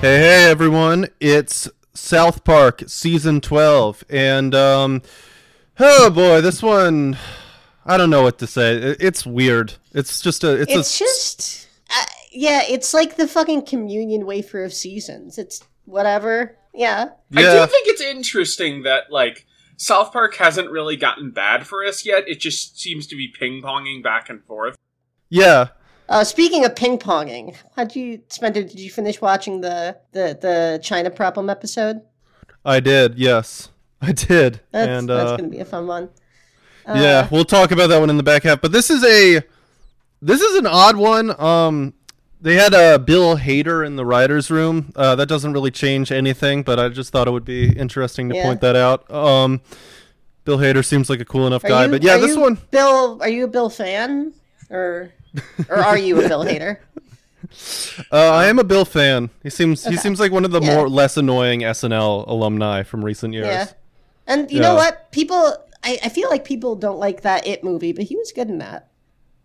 Hey, hey, everyone! It's South Park season twelve, and um, oh boy, this one. I don't know what to say. It- It's weird. It's just a. It's, It's a. just, uh, yeah, it's like the fucking communion wafer of seasons. It's whatever. Yeah. I do Yeah. think it's interesting that like South Park hasn't really gotten bad for us yet. It just seems to be ping ponging back and forth. Yeah. Uh, speaking of ping ponging, how'd you, Spencer? Did you finish watching the the the China problem episode? I did. Yes, I did. That's, and that's uh, gonna be a fun one. Uh, yeah, we'll talk about that one in the back half. But this is a. This is an odd one. Um, they had uh, Bill Hader in the writers' room. Uh, that doesn't really change anything, but I just thought it would be interesting to Yeah. point that out. Um, Bill Hader seems like a cool enough Are guy, you- but yeah, are this you one. Bill, are you a Bill fan, or or are you a Bill hater? Uh, I am a Bill fan. He seems he Okay. seems like one of the Yeah. more less annoying SNL alumni from recent years. Yeah. And you Yeah. know what? People, I, I feel like people don't like that It movie, but he was good in that.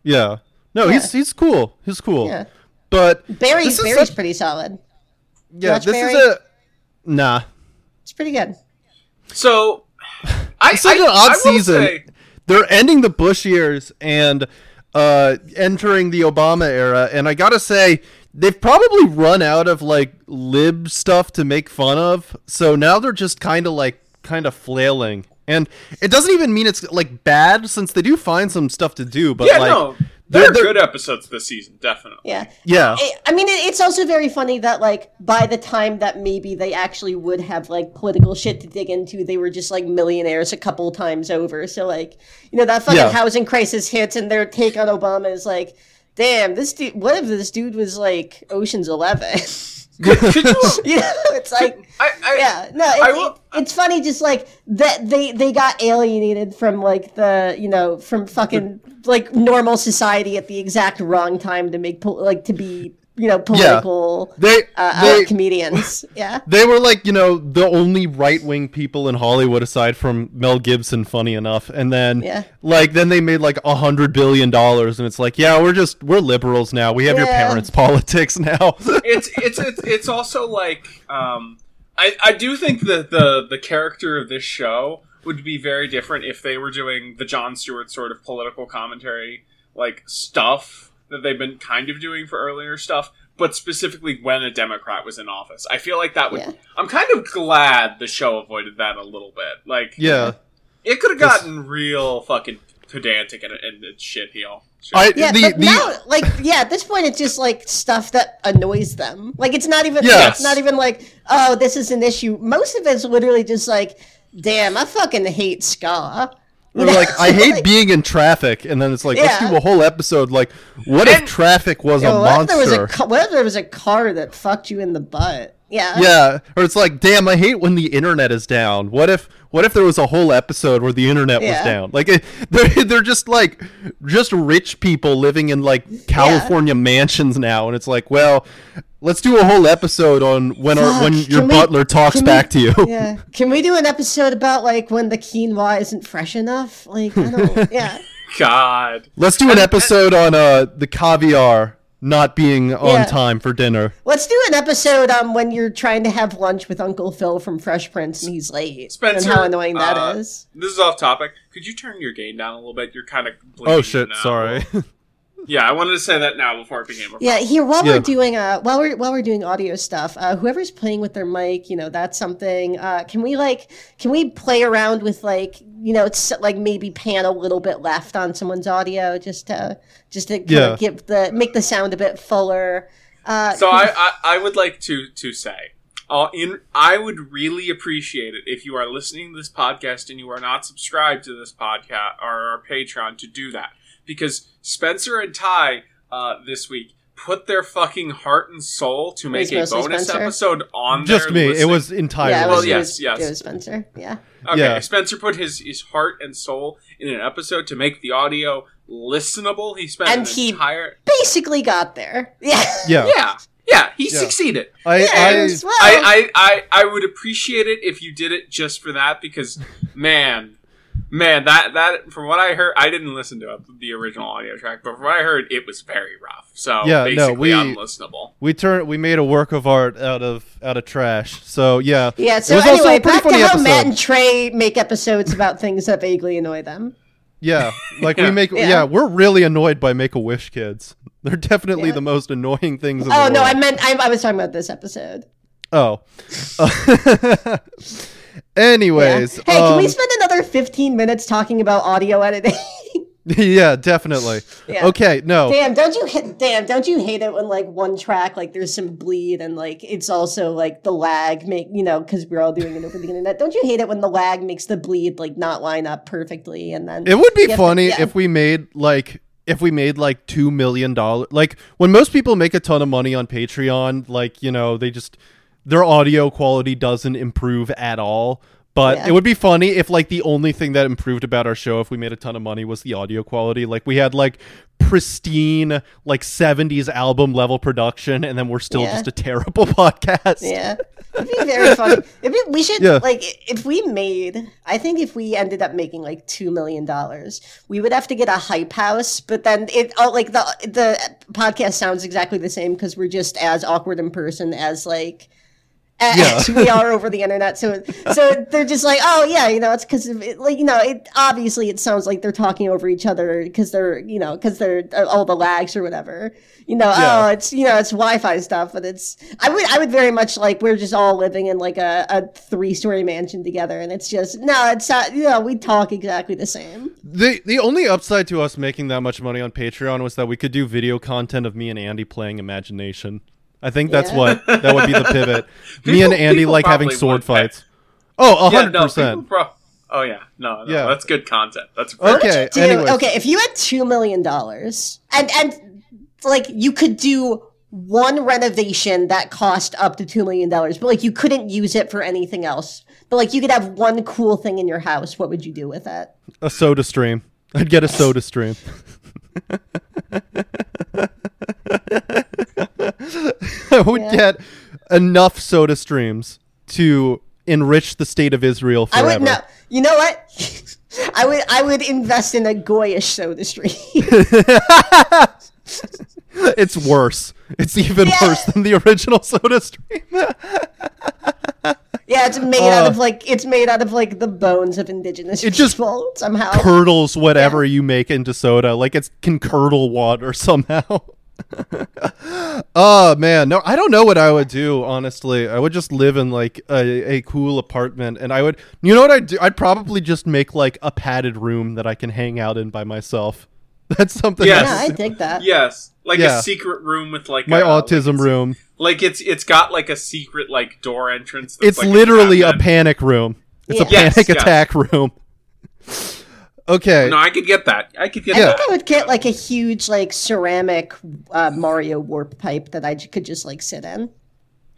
Yeah. No, Yeah. he's he's cool. He's cool. Yeah. But Barry's This is Barry's such- pretty solid. yeah, watch this Barry? is a nah. It's pretty good. So I, It's such I- an odd I will season. say- They're ending the Bush years and uh, entering the Obama era, and I gotta say they've probably run out of like lib stuff to make fun of. So now they're just kind of like kind of flailing, and it doesn't even mean it's like bad since they do find some stuff to do. But yeah, like, no, they're- there are they're- good episodes this season, definitely. Yeah. yeah, I, I mean, it, it's also very funny that like by the time that maybe they actually would have like political shit to dig into, they were just like millionaires a couple times over. So like, you know, that fucking Yeah. housing crisis hits, and their take on Obama is like, "Damn, this dude. What if this dude was like Ocean's 11? Could, could you? you know, it's like. I, I, yeah no I it, will- it- it's funny just like that they they got alienated from like the you know from fucking like normal society at the exact wrong time to make pol- like to be you know political they uh, they, out comedians yeah they were like you know the only right wing people in Hollywood aside from Mel Gibson. Funny enough, and then Yeah. like then they made like a hundred billion dollars, and it's like yeah, we're just we're liberals now. We have your Yeah. parents' politics now. it's it's it's it's also like um, I I do think that the the character of this show would be very different if they were doing the John Stewart sort of political commentary like stuff that they've been kind of doing for earlier stuff, but specifically when a Democrat was in office. I feel like that would. Yeah. I'm kind of glad the show avoided that a little bit. Like yeah, it could have gotten real fucking pedantic and, and, and shitheel. Sure. I yeah, the, but the now, like, yeah, at this point, it's just like stuff that annoys them. Like, it's not even, Yes. it's not even like, oh, this is an issue. Most of it's literally just like, damn, I fucking hate ska. they were like I hate being in traffic, and then it's like let's Yeah. do a whole episode like what if And- traffic was Yeah, a what if monster? there was a ca- what if there was a car that fucked you in the butt? Yeah. yeah, or it's like, damn, I hate when the internet is down. What if, what if there was a whole episode where the internet was Yeah. down? Like, it- they're they're just like, just rich people living in like California mansions now, and it's like, well, let's do a whole episode on when our when Fuck, your can we- butler talks can we- back to you. Yeah. Can we do an episode about like when the quinoa isn't fresh enough? Like I don't yeah. God. Let's do an episode on uh the caviar not being on Yeah. time for dinner. Let's do an episode on when you're trying to have lunch with Uncle Phil from Fresh Prince and he's late. Spencer, and how annoying that uh, is. This is off topic. Could you turn your gain down a little bit? You're kind of Oh shit, sorry. Yeah, I wanted to say that now before it became a Yeah, here while Yeah. we're doing uh while we're while we're doing audio stuff, uh whoever's playing with their mic, you know, that's something. Uh can we like can we play around with like, you know, it's like maybe pan a little bit left on someone's audio just to just to kinda Yeah. give the make the sound a bit fuller. Uh So I, I I would like to to say, uh, in I would really appreciate it if you are listening to this podcast and you are not subscribed to this podcast or our Patreon to do that because Spencer and Ty uh, this week put their fucking heart and soul to was make a mostly bonus Spencer. episode on Just their me. It listening- was entirely. yeah, it well, was, yes, it was, yes. It was Spencer. Yeah. Okay, Yeah. Spencer put his, his heart and soul in an episode to make the audio listenable. He spent And an he- entire Basically got there. Yeah. Yeah, yeah yeah he Oh. Yeah. succeeded. I, I, Yes, well, I, I I I would appreciate it if you did it just for that because man, Man, that that from what I heard, I didn't listen to the original audio track, but from what I heard, it was very rough. So Yeah, no, basically we- unlistenable. We turned we made a work of art out of out of trash. So yeah. Yeah. So it was also anyway, a pretty back to funny how episode. Matt and Trey make episodes about things that vaguely annoy them. Yeah. Like we Yeah. make yeah. Yeah. we're really annoyed by make a wish kids. They're definitely Yeah. the most annoying things in the Oh no, world. I meant I, I was talking about this episode. Oh. Uh, Yeah. Anyways, Hey, can we um, spend another 15 minutes talking about audio editing? um, yeah, definitely. Yeah. Okay, no, damn, don't you hit, damn, don't you hate it when like one track like there's some bleed and like it's also like the lag make, you know, cuz we're all doing it over the internet. Don't you hate it when the lag makes the bleed like not line up perfectly and then it would be Yeah, but- funny yeah. if we made like if we made like two million dollars. Like when most people make a ton of money on Patreon, like you know they just their audio quality doesn't improve at all. But Yeah. it would be funny if like the only thing that improved about our show if we made a ton of money was the audio quality. Like we had like pristine like 70s album level production and then we're still Yeah. just a terrible podcast. Yeah. It'd be very funny. It'd be, we should Yeah. like if we made I think if we ended up making like two million dollars, we would have to get a hype house, but then it oh, like the the podcast sounds exactly the same because we're just as awkward in person as like Yeah. as we are over the internet so so they're just like oh yeah you know it's because it, like you know it obviously it sounds like they're talking over each other because they're you know because they're uh, all the lags or whatever you know Yeah. oh it's you know it's wi-fi stuff but it's i would i would very much like we're just all living in like a, a three-story mansion together and it's just no it's not you know we talk exactly the same The the only upside to us making that much money on Patreon was that we could do video content of me and Andy playing Imagination. I think that's Yeah. what that would be the pivot. me and People- Andy people like having probably sword want that. fights. Oh, a Yeah, hundred no, people percent. pro- oh yeah, no, no, Yeah. that's good content. That's Okay. perfect. Dude, anyways. okay, if you had two million dollars and and like you could do one renovation that cost up to two million dollars, but like you couldn't use it for anything else. But like you could have one cool thing in your house. What would you do with it? A soda stream. I'd get a soda stream. I would Yeah. get enough soda streams to enrich the state of Israel forever. I would no. You know what? I would I would invest in a goyish soda stream. it's worse. It's even Yeah. worse than the original soda stream. yeah, it's made out Uh, of like it's made out of like the bones of indigenous It just people somehow. curdles whatever you make into soda. Like it can curdle water somehow. oh man, no, I don't know what I would do. Honestly, I would just live in like a, a cool apartment, and I would, you know what I'd do? I'd probably just make like a padded room that I can hang out in by myself. That's something. Yes. yeah, I- I dig that. Yes, like Yeah. a secret room with like my a- autism room. Like it's it's got like a secret like door entrance. That's It's like literally a cabinet. panic room. It's a Yeah. Yes, panic yes. attack room. okay. No, I could get that. I could get Yeah. I that. think I would get like a huge like ceramic uh, Mario warp pipe that I j- could just like sit in.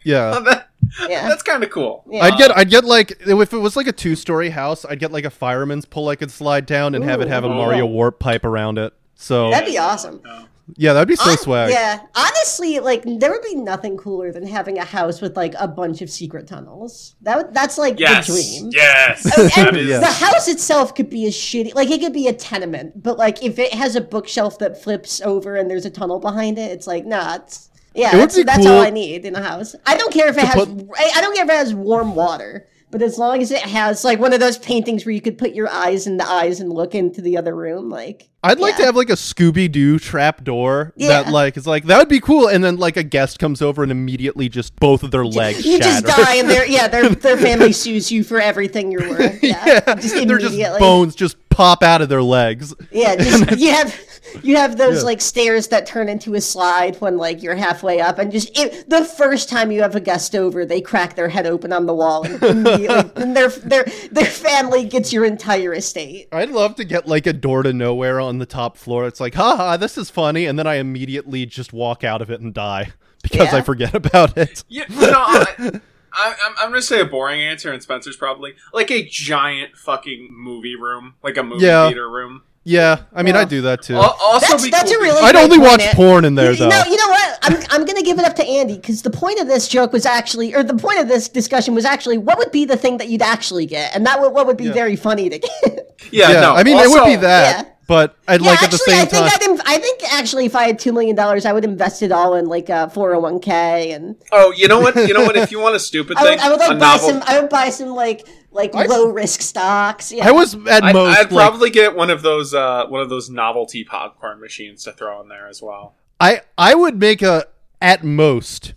yeah. That- Yeah. That's kind of cool. Yeah. I'd get I'd get like if it was like a two story house, I'd get like a fireman's pole I could slide down and have it have a Ooh. Mario warp pipe around it. So That'd be awesome. No. yeah, that'd be so Hon- swag. Yeah, honestly, like there would be nothing cooler than having a house with like a bunch of secret tunnels. That would, that's like Yes. the dream. Yes. And- That Oh, and is- Yeah. the house itself could be a shitty, like it could be a tenement, but like if it has a bookshelf that flips over and there's a tunnel behind it, it's like nah. It's, yeah, It would that's, be that's cool- all I need in a house. I don't care if it To has. put- I I don't care if it has warm water, but as long as it has like one of those paintings where you could put your eyes in the eyes and look into the other room, like I'd like to yeah. have like a Scooby Doo trap door that Yeah. like is like that would be cool, and then like a guest comes over and immediately just both of their legs You shatter. just die, and their yeah, their their family sues you for everything you're worth. Yeah, yeah, just they're immediately. just bones just pop out of their legs. Yeah, just, you have you have those Yeah. like stairs that turn into a slide when like you're halfway up, and just it, the first time you have a guest over, they crack their head open on the wall, and, immediately, and their their their family gets your entire estate. I'd love to get like a door to nowhere on the top floor. It's like, haha, this is funny, and then I immediately just walk out of it and die because I Yeah. forget about it. Yeah, you know, I, I, I'm, I'm gonna say a boring answer, and Spencer's probably like a giant fucking movie room, like a movie Yeah. theater room. Yeah, I mean, Yeah. I do that too. Al- Also, That's- be that's cool a really- I'd only Wait a watch minute. porn in there you, though. you know, you know what? I'm, I'm going to give it up to Andy because the point of this joke was actually, or the point of this discussion was actually, what would be the thing that you'd actually get, and not what, what would be Yeah. very funny to get. because- Yeah, yeah, no. I mean, it would also- be that, Yeah. but I'd yeah, like at the actually, same I think time. I'd inv- I think actually, if I had two million dollars, I would invest it all in like uh, a 401k, and Oh, you know what? You know what? If you want a stupid I would, thing, I would a like buy novel. some. I would buy some like like I'd- low risk stocks. Yeah. I was at I'd, most I'd like probably get one of those uh, one of those novelty popcorn machines to throw in there as well. I I would make a at most.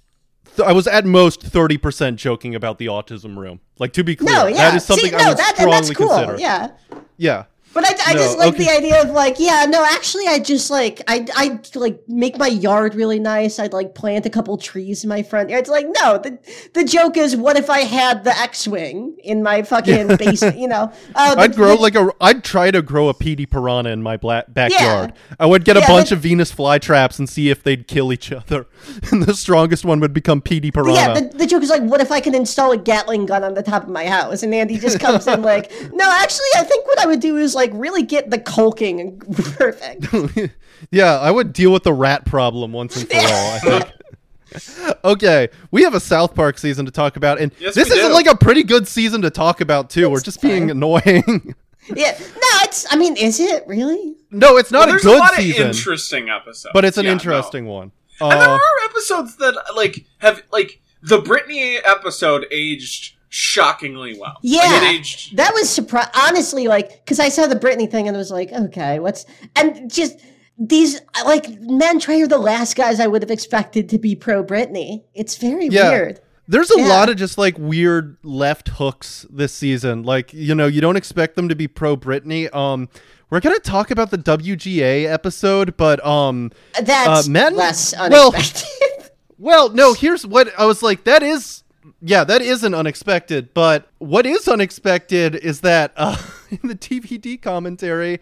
Th- I was at most thirty percent joking about the autism room. Like to be clear, no, yeah, that is something See, I no, would that, and strongly that's cool. consider. Yeah. yeah. But I, I No, just like okay. the idea of like, yeah, no, actually, I just like, I, I like make my yard really nice. I'd like plant a couple trees in my front yard. It's like, no, the, the joke is, what if I had the X Wing in my fucking basement, you know? Oh, the- I'd grow the- like a. I'd try to grow a PD piranha in my bla- backyard. I would get a Yeah, bunch but- of Venus flytraps and see if they'd kill each other. And the strongest one would become PD piranha. yeah, the, the joke is like, what if I can install a Gatling gun on the top of my house? And Andy just comes in like, no, actually, I think what I would do is like really get the caulking perfect. yeah, I would deal with the rat problem once and for all, I think. okay, we have a South Park season to talk about, and Yes, this we isn't do. like a pretty good season to talk about, too. We're just being annoying. yeah, no, it's, I mean, is it really? no, it's Well, not a there's a good lot season, of interesting episodes, but it's an Yeah, no. interesting one. And there Uh, are episodes that like have like the Britney episode aged shockingly well. Like, Yeah. it aged. That was surprise. Honestly, like, because I saw the Britney thing and I was like, okay, what's and just these like men Trey are the last guys I would have expected to be pro Britney. It's very Yeah. weird. there's a Yeah. lot of just like weird left hooks this season. Like, you know, you don't expect them to be pro Britney. Um, we're gonna talk about the WGA episode, but um, That's Uh, men? less Well- unexpected. Well, no, here's what I was like that is yeah, that isn't unexpected, but what is unexpected is that uh, in the TVD commentary,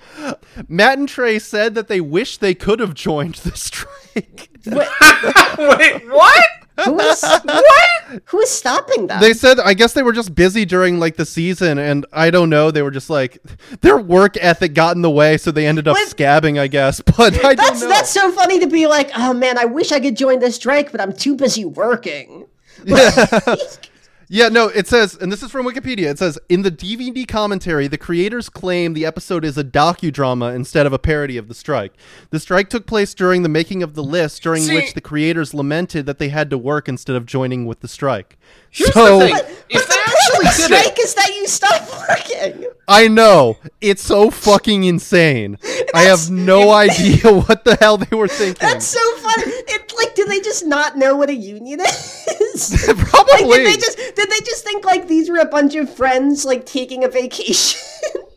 Matt and Trey said that they wish they could have joined the strike. Wait, what? who was what? Who was stopping them? they said I guess they were just busy during like the season and I don't know, they were just like their work ethic got in the way so they ended up With- scabbing, I guess. But I that's don't know. that's so funny to be like, oh man, I wish I could join this strike, but I'm too busy working. Yeah, no, it says, and this is from Wikipedia. It says in the DVD commentary, the creators claim the episode is a docudrama instead of a parody of the strike. The strike took place during the making of the list, during See- which the creators lamented that they had to work instead of joining with the strike. Here's so the thing: if But the they point of the actually did it, strike is that you stop working. I know it's so fucking insane. I have no idea what the hell they were thinking. That's so funny. It like, do they just not know what a union is? Probably. Like, did they just did they just think like these were a bunch of friends like taking a vacation?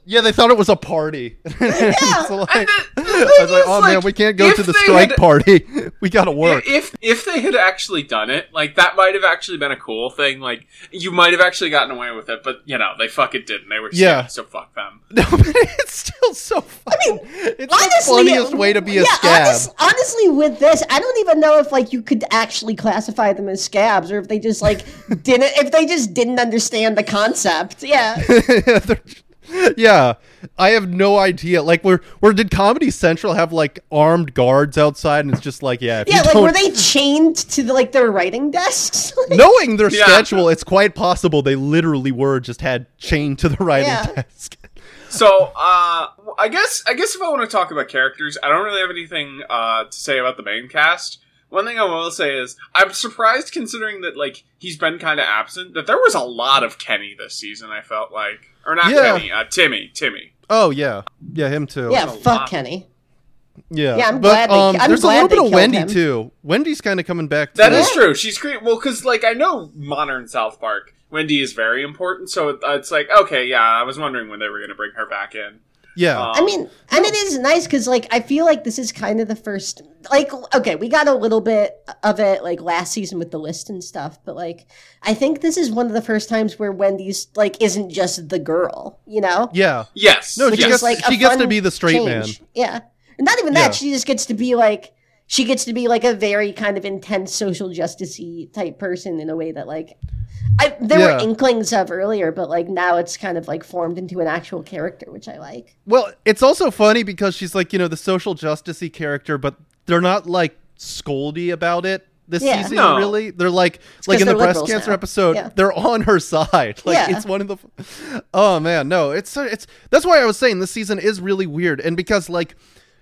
yeah, they thought it was a party. So, like, and the- the I was thing like, is, oh man, like, we can't go if to the they strike had- party. We gotta work. if if they had actually done it, like that might have actually been a cool thing. Like you might have actually gotten away with it, but you know they fucking didn't. They were Yeah. yeah. so fuck them. No, but it's still so fucking. it's honestly, the funniest way to be a yeah, scab. honest- honestly, with this, I don't even know if like you could actually classify them as scabs or if they just like didn't if they just didn't understand the concept. Yeah, They're- yeah, I have no idea. Like, where where did Comedy Central have like armed guards outside, and it's just like, yeah, if yeah. you Like, don't- were they chained to the, like their writing desks? Like, knowing their Yeah. schedule, it's quite possible they literally were just had chained to the writing Yeah. desk. So uh, I guess I guess if I want to talk about characters, I don't really have anything uh, to say about the main cast. One thing I will say is I'm surprised considering that like he's been kind of absent that there was a lot of Kenny this season. I felt like or not Yeah. Kenny, uh, Timmy, Timmy. Oh yeah, yeah, him too. yeah, a fuck lot. Kenny. yeah. Yeah, I'm but, glad they- um, I'm there's glad a they little bit of killed Wendy him. too. Wendy's kind of coming back. That too. is true. She's great. Well, because like I know modern South Park, Wendy is very important. So it- it's like okay, yeah, I was wondering when they were going to bring her back in. Um, Yeah, I mean, and it is nice because, like, I feel like this is kind of the first. Like, okay, we got a little bit of it, like, last season with the list and stuff, but, like, I think this is one of the first times where Wendy's, like, isn't just the girl, you know? yeah. yes, No, she yes. gets- is, a she gets to fun be the straight man. Yeah. Not even that. Yeah. She just gets to be, like, she gets to be like a very kind of intense social justicey type person in a way that like I there Yeah. were inklings of earlier, but like now it's kind of like formed into an actual character, which I like. Well, it's also funny because she's like, you know, the social justicey character, but they're not like scoldy about it this Yeah. season No. really. They're like like 'cause in the they're breast liberals cancer now. episode, Yeah. they're on her side. Like Yeah. it's one of the Oh man, no. It's so- it's that's why I was saying this season is really weird and because like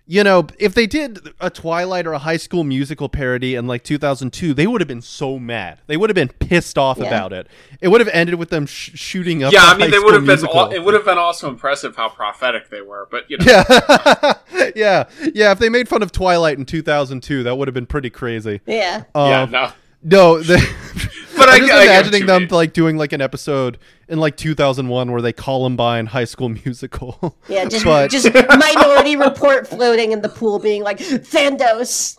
you know, if they did a Twilight or a High School Musical parody in like 2002, they would have been so mad. They would have been pissed off Yeah. about it. It would have ended with them sh- shooting up. yeah, the I mean, High they School would have been. Musical. All, it would have been also impressive how prophetic they were, but you know, Yeah. yeah. Yeah. If they made fun of Twilight in 2002, that would have been pretty crazy. Yeah. Um, yeah, no. No. They, But I I'm just get- I get what imagining you them mean. like doing like an episode in like 2001 where they Columbine High School Musical. Yeah, just But- just minority report floating in the pool being like Thandos.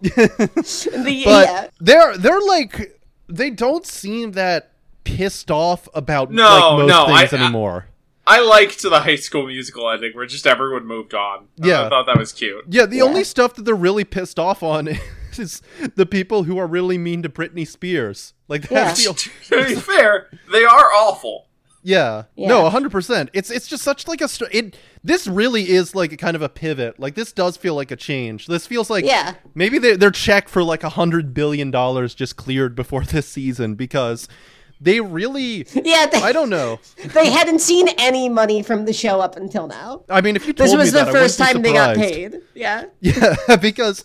the, but yeah. they're they're like they don't seem that pissed off about No, like, most no, I- things I- anymore. I liked the High School Musical ending where just everyone moved on. Yeah. I thought that was cute. Yeah, the Yeah. only stuff that they're really pissed off on is the people who are really mean to Britney Spears. Like that's Yeah. the to be fair, they are awful. Yeah. Yeah. No, 100%. It's it's just such like a str- it this really is like a kind of a pivot. Like this does feel like a change. This feels like Yeah. maybe they, their check for like a 100 billion dollars just cleared before this season because they really Yeah, they, I don't know. they hadn't seen any money from the show up until now. I mean, if you told This was me the that, I first wouldn't time be they got surprised. paid. Yeah. Yeah, because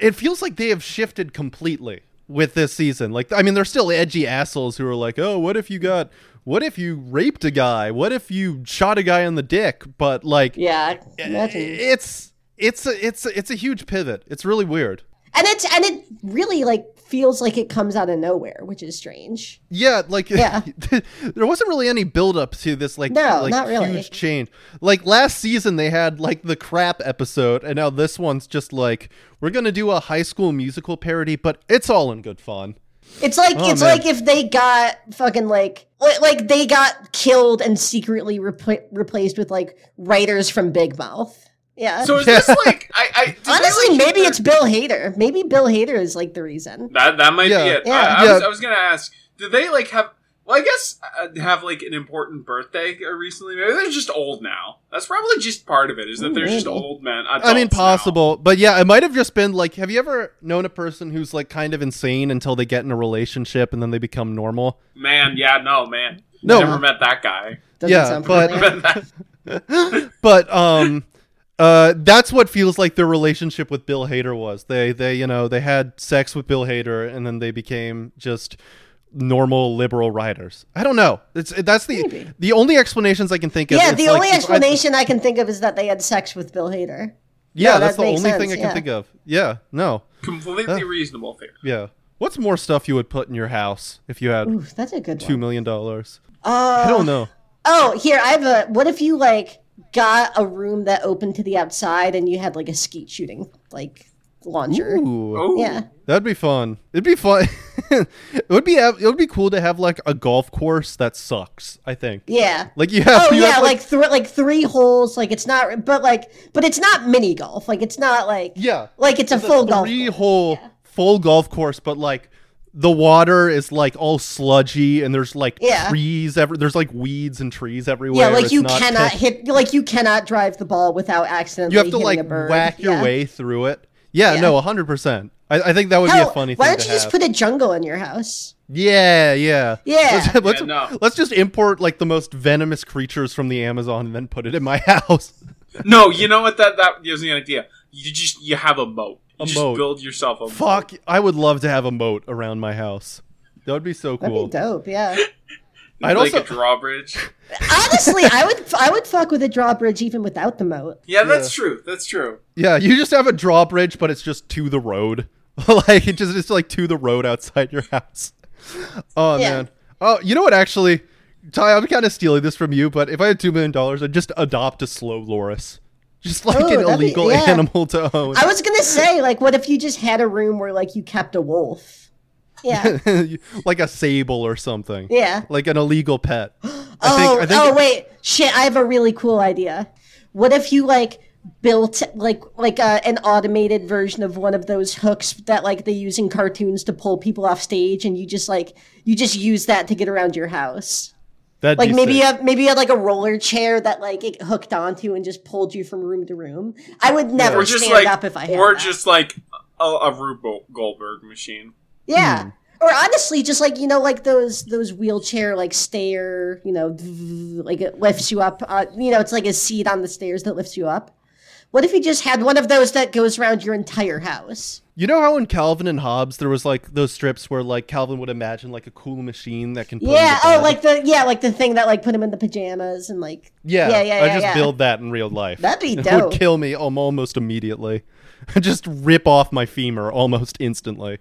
it feels like they have shifted completely with this season. Like, I mean, they're still edgy assholes who are like, "Oh, what if you got? What if you raped a guy? What if you shot a guy in the dick?" But like, Yeah. Imagine. it's it's a, it's a, it's a huge pivot. It's really weird. And it's and it really like feels like it comes out of nowhere, which is strange. Yeah, like Yeah. there wasn't really any build up to this like, No, like not really. huge change. Like last season they had like the crap episode and now this one's just like we're going to do a high school musical parody but it's all in good fun. It's like Oh, it's man. like if they got fucking like li- like they got killed and secretly repla replaced with like writers from Big Mouth. Yeah. So is this like I, I did they, Honestly, like, maybe either- it's Bill Hader. Maybe Bill Hader is like the reason. that that might Yeah. be it. Yeah. I, I, Was, Yeah. I was gonna ask, did they like have? Well, I guess uh, have like an important birthday recently. Maybe they're just old now. That's probably just part of it. Is that they're just Maybe. old men? I mean adults now. possible, but yeah, it might have just been like have you ever known a person who's like kind of insane until they get in a relationship and then they become normal? Man, yeah, no, man. No. Never met that guy. Doesn't Yeah, sound but- familiar. but um uh that's what feels like their relationship with Bill Hader was. They they you know, they had sex with Bill Hader and then they became just normal liberal writers. I don't know. It's that's the Maybe. the only explanations I can think of. yeah, It's the like- only it's- I- explanation I, can think of is that they had sex with Bill Hader. yeah, no, that's that the only makes thing I sense, can yeah. think of. Yeah, no. Completely reasonable theory. Yeah. What's more stuff you would put in your house if you had Ooh, that's a good two one. million dollars? Mm. Uh, I don't know. Oh, here I have a. What if you like got a room that opened to the outside and you had like a skeet shooting like launcher? Ooh. Oh, Yeah, That'd be fun. It'd be fun. it would be it would be cool to have like a golf course that sucks. I think yeah. like you have. Oh you yeah, have, like thr like three holes. Like it's not, but like, but it's not mini golf. Like it's not like yeah, like it's a full golf. three course. hole full golf course, but like the water is like all sludgy and there's like Yeah. trees every there's like weeds and trees everywhere. Yeah, like It's you not- cannot hit. Like you cannot drive the ball without accidentally. You have to hitting like a bird. whack your Yeah. way through it. Yeah, Yeah. no, hundred percent. I, I think that would be Hell, a funny why thing don't to you have. just put a jungle in your house? Yeah, yeah, Yeah. Let's, let's, Yeah, no. let's just import like the most venomous creatures from the Amazon and then put it in my house. No, you know what? That that gives me an idea. You just you have a moat. You A just moat. build yourself a moat. Fuck, I would love to have a moat around my house. That would be so That'd cool. be dope. Yeah. I'd like a also drawbridge. Honestly, I would I would fuck with a drawbridge even without the moat. Yeah, that's true. That's true. Yeah, you just have a drawbridge but it's just to the road. like it just it's like to the road outside your house. Oh Yeah. man. Oh, you know what actually Ty, I'm kind of stealing this from you, but if I had two million dollars, I'd just adopt a slow loris, just like Ooh, an Oh, that'd be- illegal yeah. animal to own. I was gonna say, like, what if you just had a room where like you kept a wolf? Yeah. like a sable or something. Yeah. Like an illegal pet. I oh, think, I think oh wait. Shit, I have a really cool idea. What if you like built like like uh, an automated version of one of those hooks that like they use in cartoons to pull people off stage, and you just like you just use that to get around your house. That'd Like be maybe you sick. have, maybe you had like a roller chair that like it hooked onto and just pulled you from room to room. I would never or just stand like, up if I had or that. just like a, a Rube Goldberg machine. Hmm. yeah. Or honestly, just like you know, like those those wheelchair like stair, you know, like it lifts you up. Uh, you know, it's like a seat on the stairs that lifts you up. What if you just had one of those that goes around your entire house? You know how in Calvin and Hobbes there was like those strips where like Calvin would imagine like a cool machine that can put him yeah. to Oh, bed? like the yeah, like the thing that like put him in the pajamas and like yeah yeah, yeah, I yeah, just yeah. build that in real life. That'd be It dope. would kill me um, almost immediately. just rip off my femur almost instantly.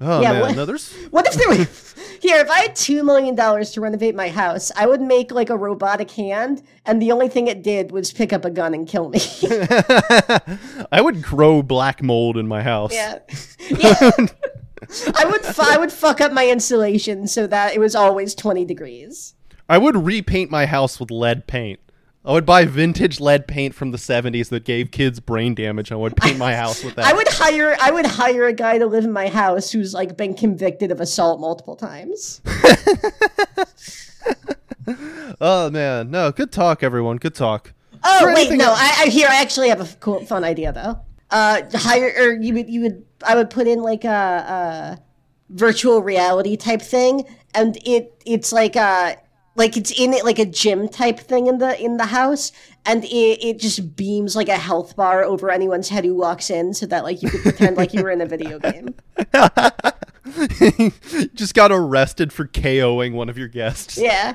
Oh Yeah, man, what- no, there's What if there was here? If I had two million dollars to renovate my house, I would make like a robotic hand, and the only thing it did was pick up a gun and kill me. I would grow black mold in my house. yeah. Yeah. I would fu- I would fuck up my insulation so that it was always twenty degrees. I would repaint my house with lead paint. I would buy vintage lead paint from the 70s that gave kids brain damage. I would paint my house with that. I would hire I would hire a guy to live in my house who's like been convicted of assault multiple times. Oh man, no, good talk, everyone. Good talk. Oh Or wait, anything no. else. I, I here I actually have a f- cool, fun idea though. Uh, hire or you would you would I would put in like a, a virtual reality type thing, and it it's like a like it's in it like a gym type thing in the in the house, and it it just beams like a health bar over anyone's head who walks in, so that like you could pretend like you were in a video game. Just got arrested for KOing one of your guests. Yeah,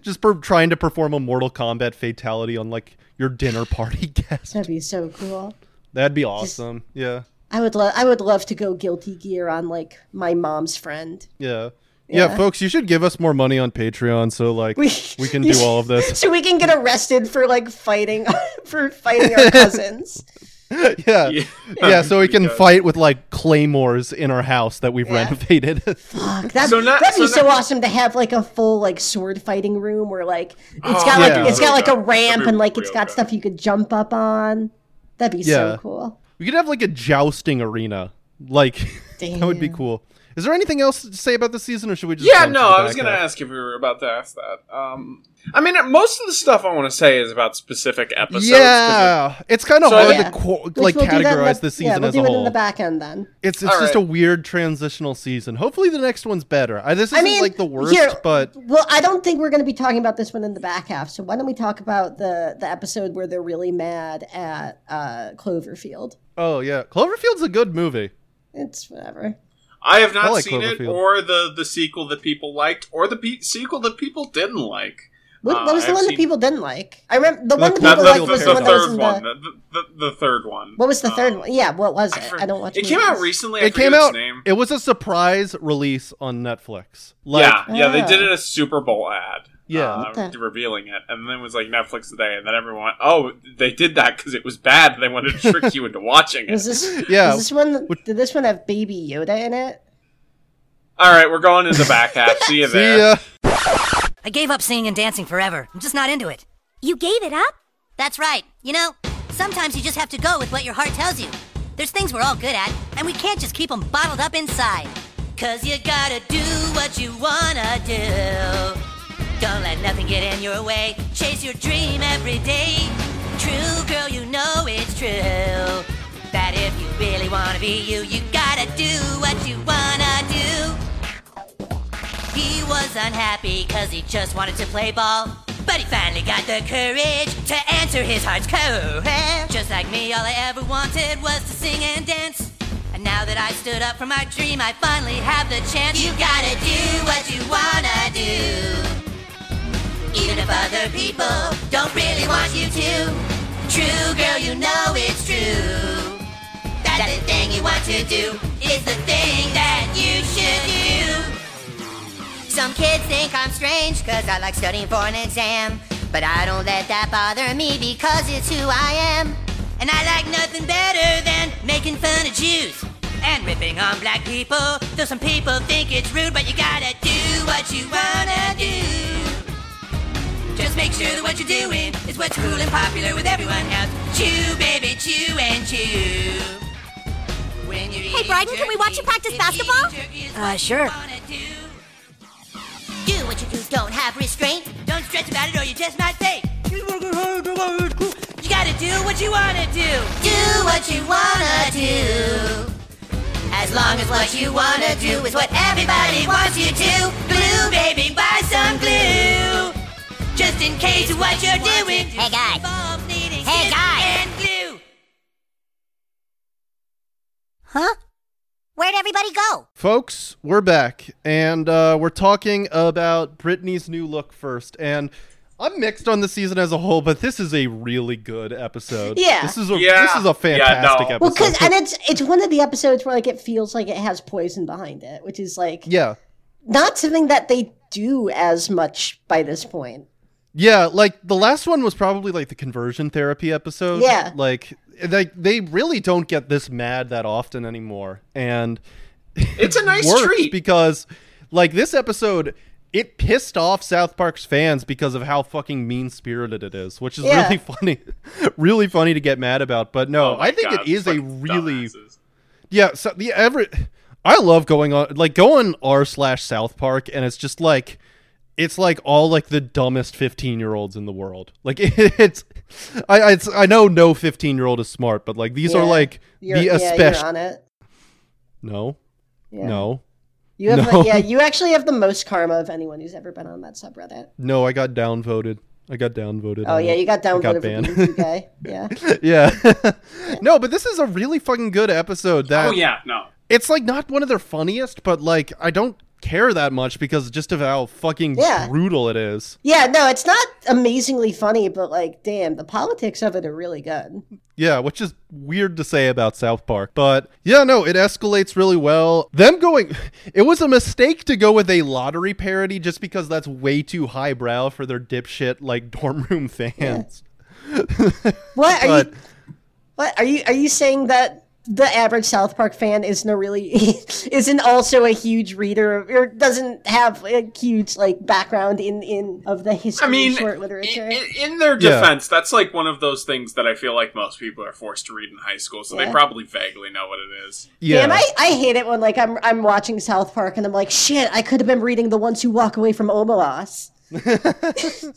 Just for trying to perform a Mortal Kombat fatality on like your dinner party guest. that'd be so cool. That'd be awesome. Yeah. I would love I would love to go Guilty Gear on like my mom's friend. Yeah. Yeah, Yeah. folks, you should give us more money on Patreon so like we, We- can do all of this. so we can get arrested for like fighting for fighting our cousins. yeah. yeah. Yeah. so we can Yeah. fight with like claymores in our house that we've Yeah. renovated. Fuck, that, So not- that'd be so so not- awesome to have like a full like sword fighting room where like it's got Oh, like yeah. it's got like a That'd be ramp and like real it's got good. stuff you could jump up on. That'd be Yeah. so cool. we could have like a jousting arena. Like that would be Damn. cool. Is there anything else to say about this season or should we just Yeah, jump to no, the I was back going to half? ask if we were about to ask that. Um, I mean, most of the stuff I want to say is about specific episodes. 'cause it- yeah, it's kind of So- hard Yeah. to qu- Which like we'll do that in the- categorize this yeah, season we'll as do a it whole. in the back end then. It's it's All just right. a weird transitional season. Hopefully, the next one's better. I, this I isn't mean, like the worst, here- but Well, I don't think we're going to be talking about this one in the back half. So why don't we talk about the the episode where they're really mad at uh, Cloverfield? oh yeah, Cloverfield's a good movie. It's whatever. I have not I like seen it, Cloverfield. or the, the sequel that people liked, or the pe- sequel that people didn't like. What, Uh, what was the I've one seen- that people didn't like? I remember the one that Not people Cloverfield liked the, Cloverfield was the, the one the that was in third the. one. The, the, the, the third one. What was the third Um, one? Yeah, what was I it? for- I don't watch. It came out movies. recently. I It came forget its out. Name. It was a surprise release on Netflix. Like, yeah, yeah, they Ah. did it a Super Bowl ad. Yeah. uh, What the- revealing it, and then it was like Netflix today, and then everyone, went, oh, they did that because it was bad. They wanted to trick you into watching Was it. this? Yeah. Yeah. Was this one? Which- Did this one have Baby Yoda in it? All right, we're going into the back half. See you there. See ya. I gave up singing and dancing forever. I'm just not into it. You gave it up? That's right. You know, sometimes you just have to go with what your heart tells you. There's things we're all good at, and we can't just keep them bottled up inside. Cause you gotta do what you wanna do. Don't let nothing get in your way. Chase your dream every day. True girl, you know it's true. That if you really wanna be you, you gotta do what you wanna do. He was unhappy because he just wanted to play ball. But he finally got the courage to answer his heart's call. Just like me, all I ever wanted was to sing and dance. And now that I stood up for my dream, I finally have the chance. You gotta do what you wanna do. Even if other people don't really want you to. True girl, you know it's true. That the thing you want to do is the thing that you should do. Some kids think I'm strange because I like studying for an exam. But I don't let that bother me because it's who I am. And I like nothing better than making fun of Jews and ripping on black people. Though some people think it's rude, but you gotta do what you wanna do. Just make sure that what you're doing is what's cool and popular with everyone else. Chew, baby, chew and chew. When you're hey, Bryden, can we watch you practice basketball? Uh, sure. Do what you do, don't have restraint. Don't stress about it or you just might faint. You gotta do what you wanna do. Do what you wanna do. As long as what you wanna do is what everybody wants you to. Glue, baby, buy some glue. Just in case of what you're doing. Hey, guys. involves needing Hey, glue guys. And glue. Huh? Where'd everybody go? Folks, we're back, and uh, we're talking about Britney's new look first. And I'm mixed on the season as a whole, but this is a really good episode. Yeah. this is a Yeah. this is a Yeah, no. fantastic Well, episode. because and it's it's one of the episodes where like it feels like it has poison behind it, which is like yeah, not something that they do as much by this point. yeah. Like the last one was probably like the conversion therapy episode. Yeah. like they they really don't get this mad that often anymore, and It's a nice works treat. because like this episode it pissed off South Park's fans because of how fucking mean spirited it is, which is Yeah. really funny, really funny to get mad about. But no, Oh my I think God, it is a fucking really dumbasses. yeah. So the every I love going on like going r slash South Park, and it's just like it's like all like the dumbest 15 year olds in the world like it's i I- it's, i know no 15 year old is smart but like these Yeah. are like You're, the yeah, especially you're on it. no Yeah. no You have No. yeah, you actually have the most karma of anyone who's ever been on that subreddit. No, I got downvoted. I got downvoted. Oh on yeah, it. you got I downvoted got for banned. being too gay. Yeah. yeah. no, but this is a really fucking good episode. That Oh yeah, no. it's like not one of their funniest, but like I don't care that much because just of how fucking Yeah. brutal it is. Yeah, no, it's not amazingly funny, but like, damn, the politics of it are really good. Yeah, which is weird to say about South Park. But yeah, no, it escalates really well. Them going it was a mistake to go with a lottery parody just because that's way too highbrow for their dipshit like dorm room fans. What are But you? What are you? Are you saying that the average South Park fan isn't a really isn't also a huge reader of, or doesn't have a huge like background in in of the history I mean, of short i- literature? i- in, their Yeah. defense, that's like one of those things that I feel like most people are forced to read in high school, so they Yeah. probably vaguely know what it is. yeah. Damn, I, I hate it when like I'm I'm watching South Park and I'm like, shit, I could have been reading the ones who walk away from Omelas.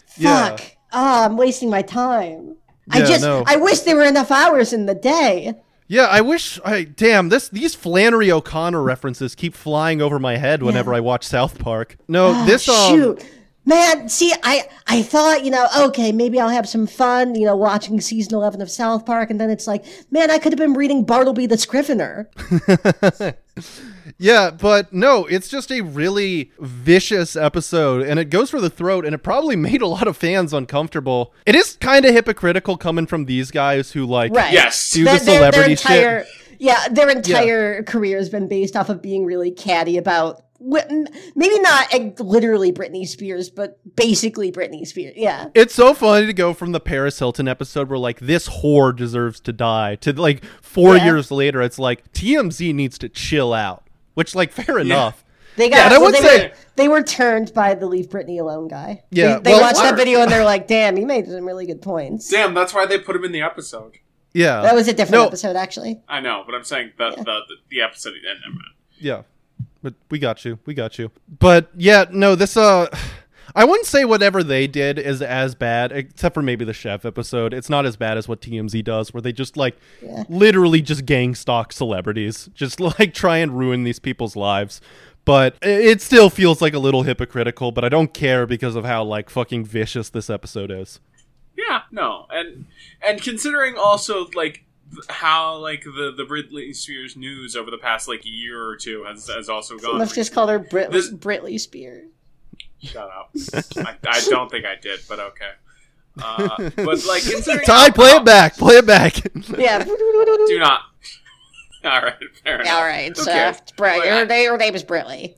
Yeah. Fuck. Ah, I'm wasting my time. I Yeah, just no. I wish there were enough hours in the day. Yeah, I wish. I damn this. These Flannery O'Connor references keep flying over my head whenever I watch South Park. No, this um, Shoot. Man, see, I I thought, you know, okay, maybe I'll have some fun, you know, watching season 11 of South Park and then it's like, man, I could have been reading Bartleby the Scrivener. Yeah, but no, it's just a really vicious episode, and it goes for the throat, and it probably made a lot of fans uncomfortable. It is kind of hypocritical coming from these guys who like Right. Yes. do the celebrity shit. entire, Yeah, their entire career has been based off of being really catty about wh- m- maybe not like, literally Britney Spears, but basically Britney Spears. Yeah. It's so funny to go from the Paris Hilton episode where like this whore deserves to die to like four Yeah. years later, it's like TMZ needs to chill out, which like fair enough. They Yeah, got and I well, would they, say- were, they were turned by the Leave Britney Alone guy. They- Yeah, They, well, watched that were. video and they're like, damn, he made some really good points. Damn, that's why they put him in the episode. Yeah, That was a different No, episode, actually. I know, but I'm saying the the, the, the episode. eh, Never mind. Yeah. But we got you. We got you. But yeah, no, this uh I wouldn't say whatever they did is as bad, except for maybe the chef episode. It's not as bad as what TMZ does, where they just like literally just gang stalk celebrities, just like try and ruin these people's lives. But i- it still feels like a little hypocritical, but I don't care because of how like fucking vicious this episode is. Yeah, no, and and considering also like th- how like the the Britney Spears news over the past like year or two has has also gone. Let's just call her Brit- This- Britley Spears. Shut up. I, I don't think I did, but okay. Uh, but like considering Ty, play it back. Play it back. Yeah. Do not. All right, fair enough. All right, so cares? it's Brit- Why her, not? name, her name is Britley.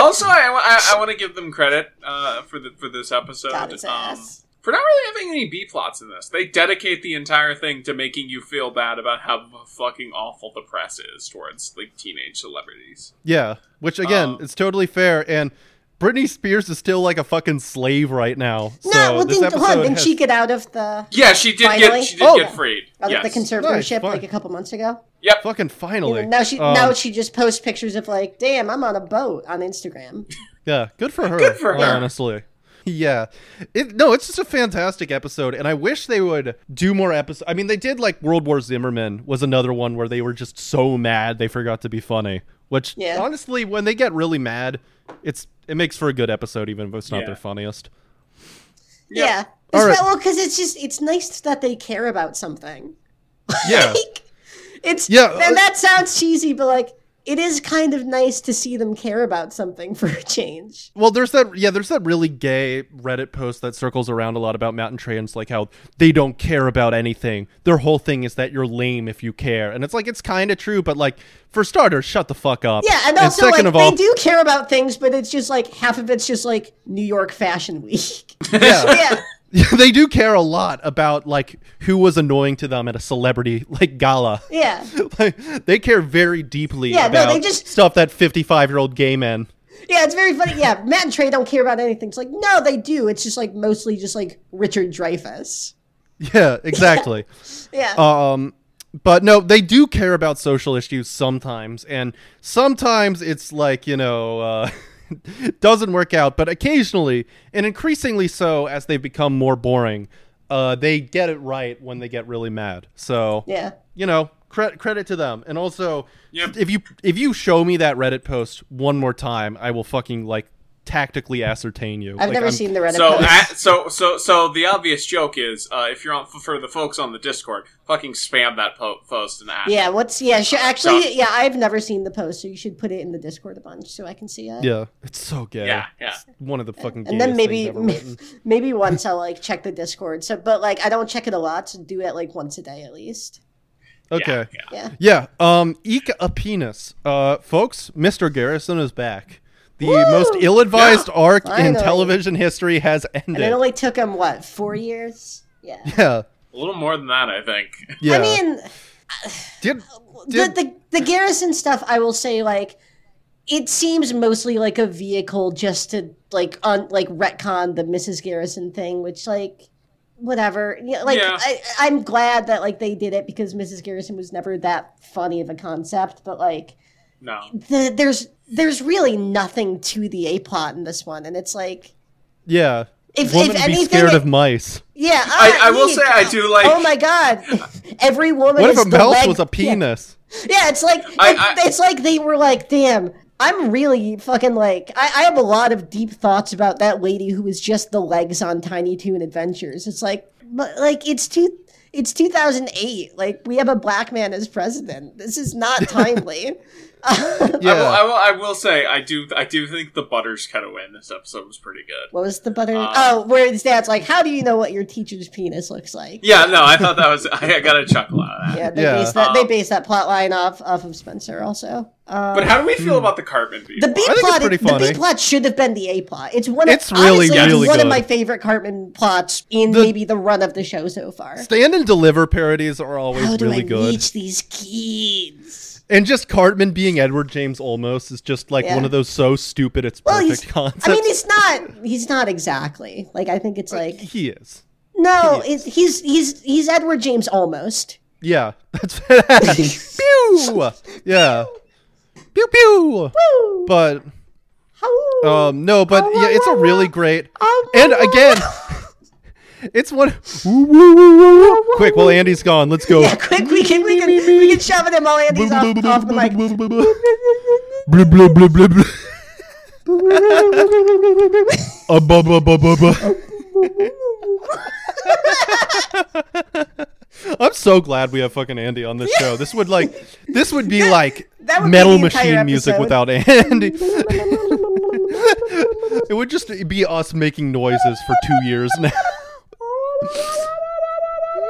also, Oh, I, wa- I, want to give them credit uh, for the for this episode Got his um, ass. for not really having any B plots in this. They dedicate the entire thing to making you feel bad about how fucking awful the press is towards like teenage celebrities. Yeah, which again, Um, it's totally fair. And Britney Spears is still like a fucking slave right now. No, so well, this then, hold on, episode then has- she get out of the Yeah, she did Finally? get she did Oh. get freed. out of Yes. the conservatorship Nice, fine. like a couple months ago. Yep. fucking You finally. know, now she Um, now she just posts pictures of like, damn, I'm on a boat on Instagram. Yeah, good for her. Good for her. Honestly. Yeah. It, no, it's just a fantastic episode, and I wish they would do more episodes. I mean, they did like World War Zimmerman was another one where they were just so mad they forgot to be funny. Which Yeah. honestly, when they get really mad, it's it makes for a good episode, even if it's not Yeah. their funniest. Yeah. Yeah. All It's- right. Well, because it's just it's nice that they care about something. Yeah. Like, it's Yeah, uh, And that sounds cheesy, but like it is kind of nice to see them care about something for a change. Well, there's that yeah, there's that really gay Reddit post that circles around a lot about mountain trans, like how they don't care about anything. Their whole thing is that you're lame if you care, and it's like it's kind of true, but like for starters, shut the fuck up. Yeah, and also second like of all, they do care about things, but it's just like half of it's just like New York Fashion Week. yeah, yeah. they do care a lot about like who was annoying to them at a celebrity like gala. Yeah. Like, they care very deeply Yeah, no, about they just- stuff that 55 year old gay men. Yeah, it's very funny. Yeah, Matt and Trey don't care about anything. It's like, no, they do. It's just like mostly just like Richard Dreyfus. Yeah, exactly. Yeah. Um, but no, they do care about social issues sometimes, and sometimes it's like you know. Uh, doesn't work out but occasionally and increasingly so as they become more boring uh they get it right when they get really mad so yeah. you know cre- credit to them and also Yep. if you if you show me that reddit post one more time i will fucking like tactically ascertain you I've Like, never I'm- seen the Reddit So post. at, so so so the obvious joke is uh, if you're on for the folks on the Discord, fucking spam that po- post and ask. yeah, what's yeah, sure, actually So- yeah, I've never seen the post, so you should put it in the Discord a bunch so I can see it. yeah it's so gay Yeah, yeah. It's one of the fucking And gayest then maybe things ever written. maybe once I'll like check the Discord. So but like I don't check it a lot, so do it like once a day at least. okay Yeah, Yeah. Yeah, um, Eka a penis, uh, folks. Mr. Garrison is back. The most ill-advised arc in Finally. television history has And it ended. only took him what, four years? Yeah. Yeah, A little more than that, I think. yeah. I mean Did- the, did- the the garrison stuff i will say like it seems mostly like a vehicle just to like on like retcon the mrs garrison thing which like whatever yeah, like Yeah. I, i'm glad that like they did it because mrs garrison was never that funny of a concept but like No. the, there's there's really nothing to the a plot in this one and it's like yeah. If- Woman if be anything, scared it- of mice. yeah I, ah, I will eek. say I do like. oh my god every woman What is if a the mouse leg- was a Yeah. penis? Yeah, it's like I- it- I- it's like they were like, damn, I'm really fucking like I, I have a lot of deep thoughts about that lady who was just the legs on Tiny Toon Adventures. It's like but like it's two it's 2008. Like we have a black man as president. This is not timely. Yeah. I, will, I will. I will say I do. I do think the Butters cutaway in this episode was pretty good. what was the butter? Uh, oh, where his dad's like, how do you know what your teacher's penis looks like? Yeah. No, I thought that was. I got a chuckle out of that. Yeah, they Yeah. base that they Um, base that plot line off off of Spencer also. Um, But how do we Hmm. feel about the Cartman beat? The B I think it's plot, pretty the B funny. plot should have been the A plot. It's one. Of, It's really, honestly, it's really one of good. my favorite Cartman plots in The- maybe the run of the show so far. Stand and deliver parodies are always How do really I good, reach these kids? and just Cartman being Edward James Olmos is just like Yeah. one of those so stupid it's Well, perfect he's. concepts. I mean, he's not. He's not exactly like. I think it's like he is. no. It's, he's he's he's Edward James almost. Yeah, that's pew. Yeah, pew pew. Woo! But How- um, no, but Oh, yeah, wah, it's a wah, really wah. great. Oh, And wah, wah, again, it's one. Woo, woo, woo, woo, woo. Quick, while Andy's gone, let's go. yeah, quick. We can we can we can shove it in while Andy's off, off the mic. Blub, blub, blub, blub, blub. Uh, bu- bu- bu- bu- bu. I'm so glad we have fucking Andy on this show. This would like, this would be like that would be metal the entire machine music episode. without Andy. it would just be us making noises for two years now.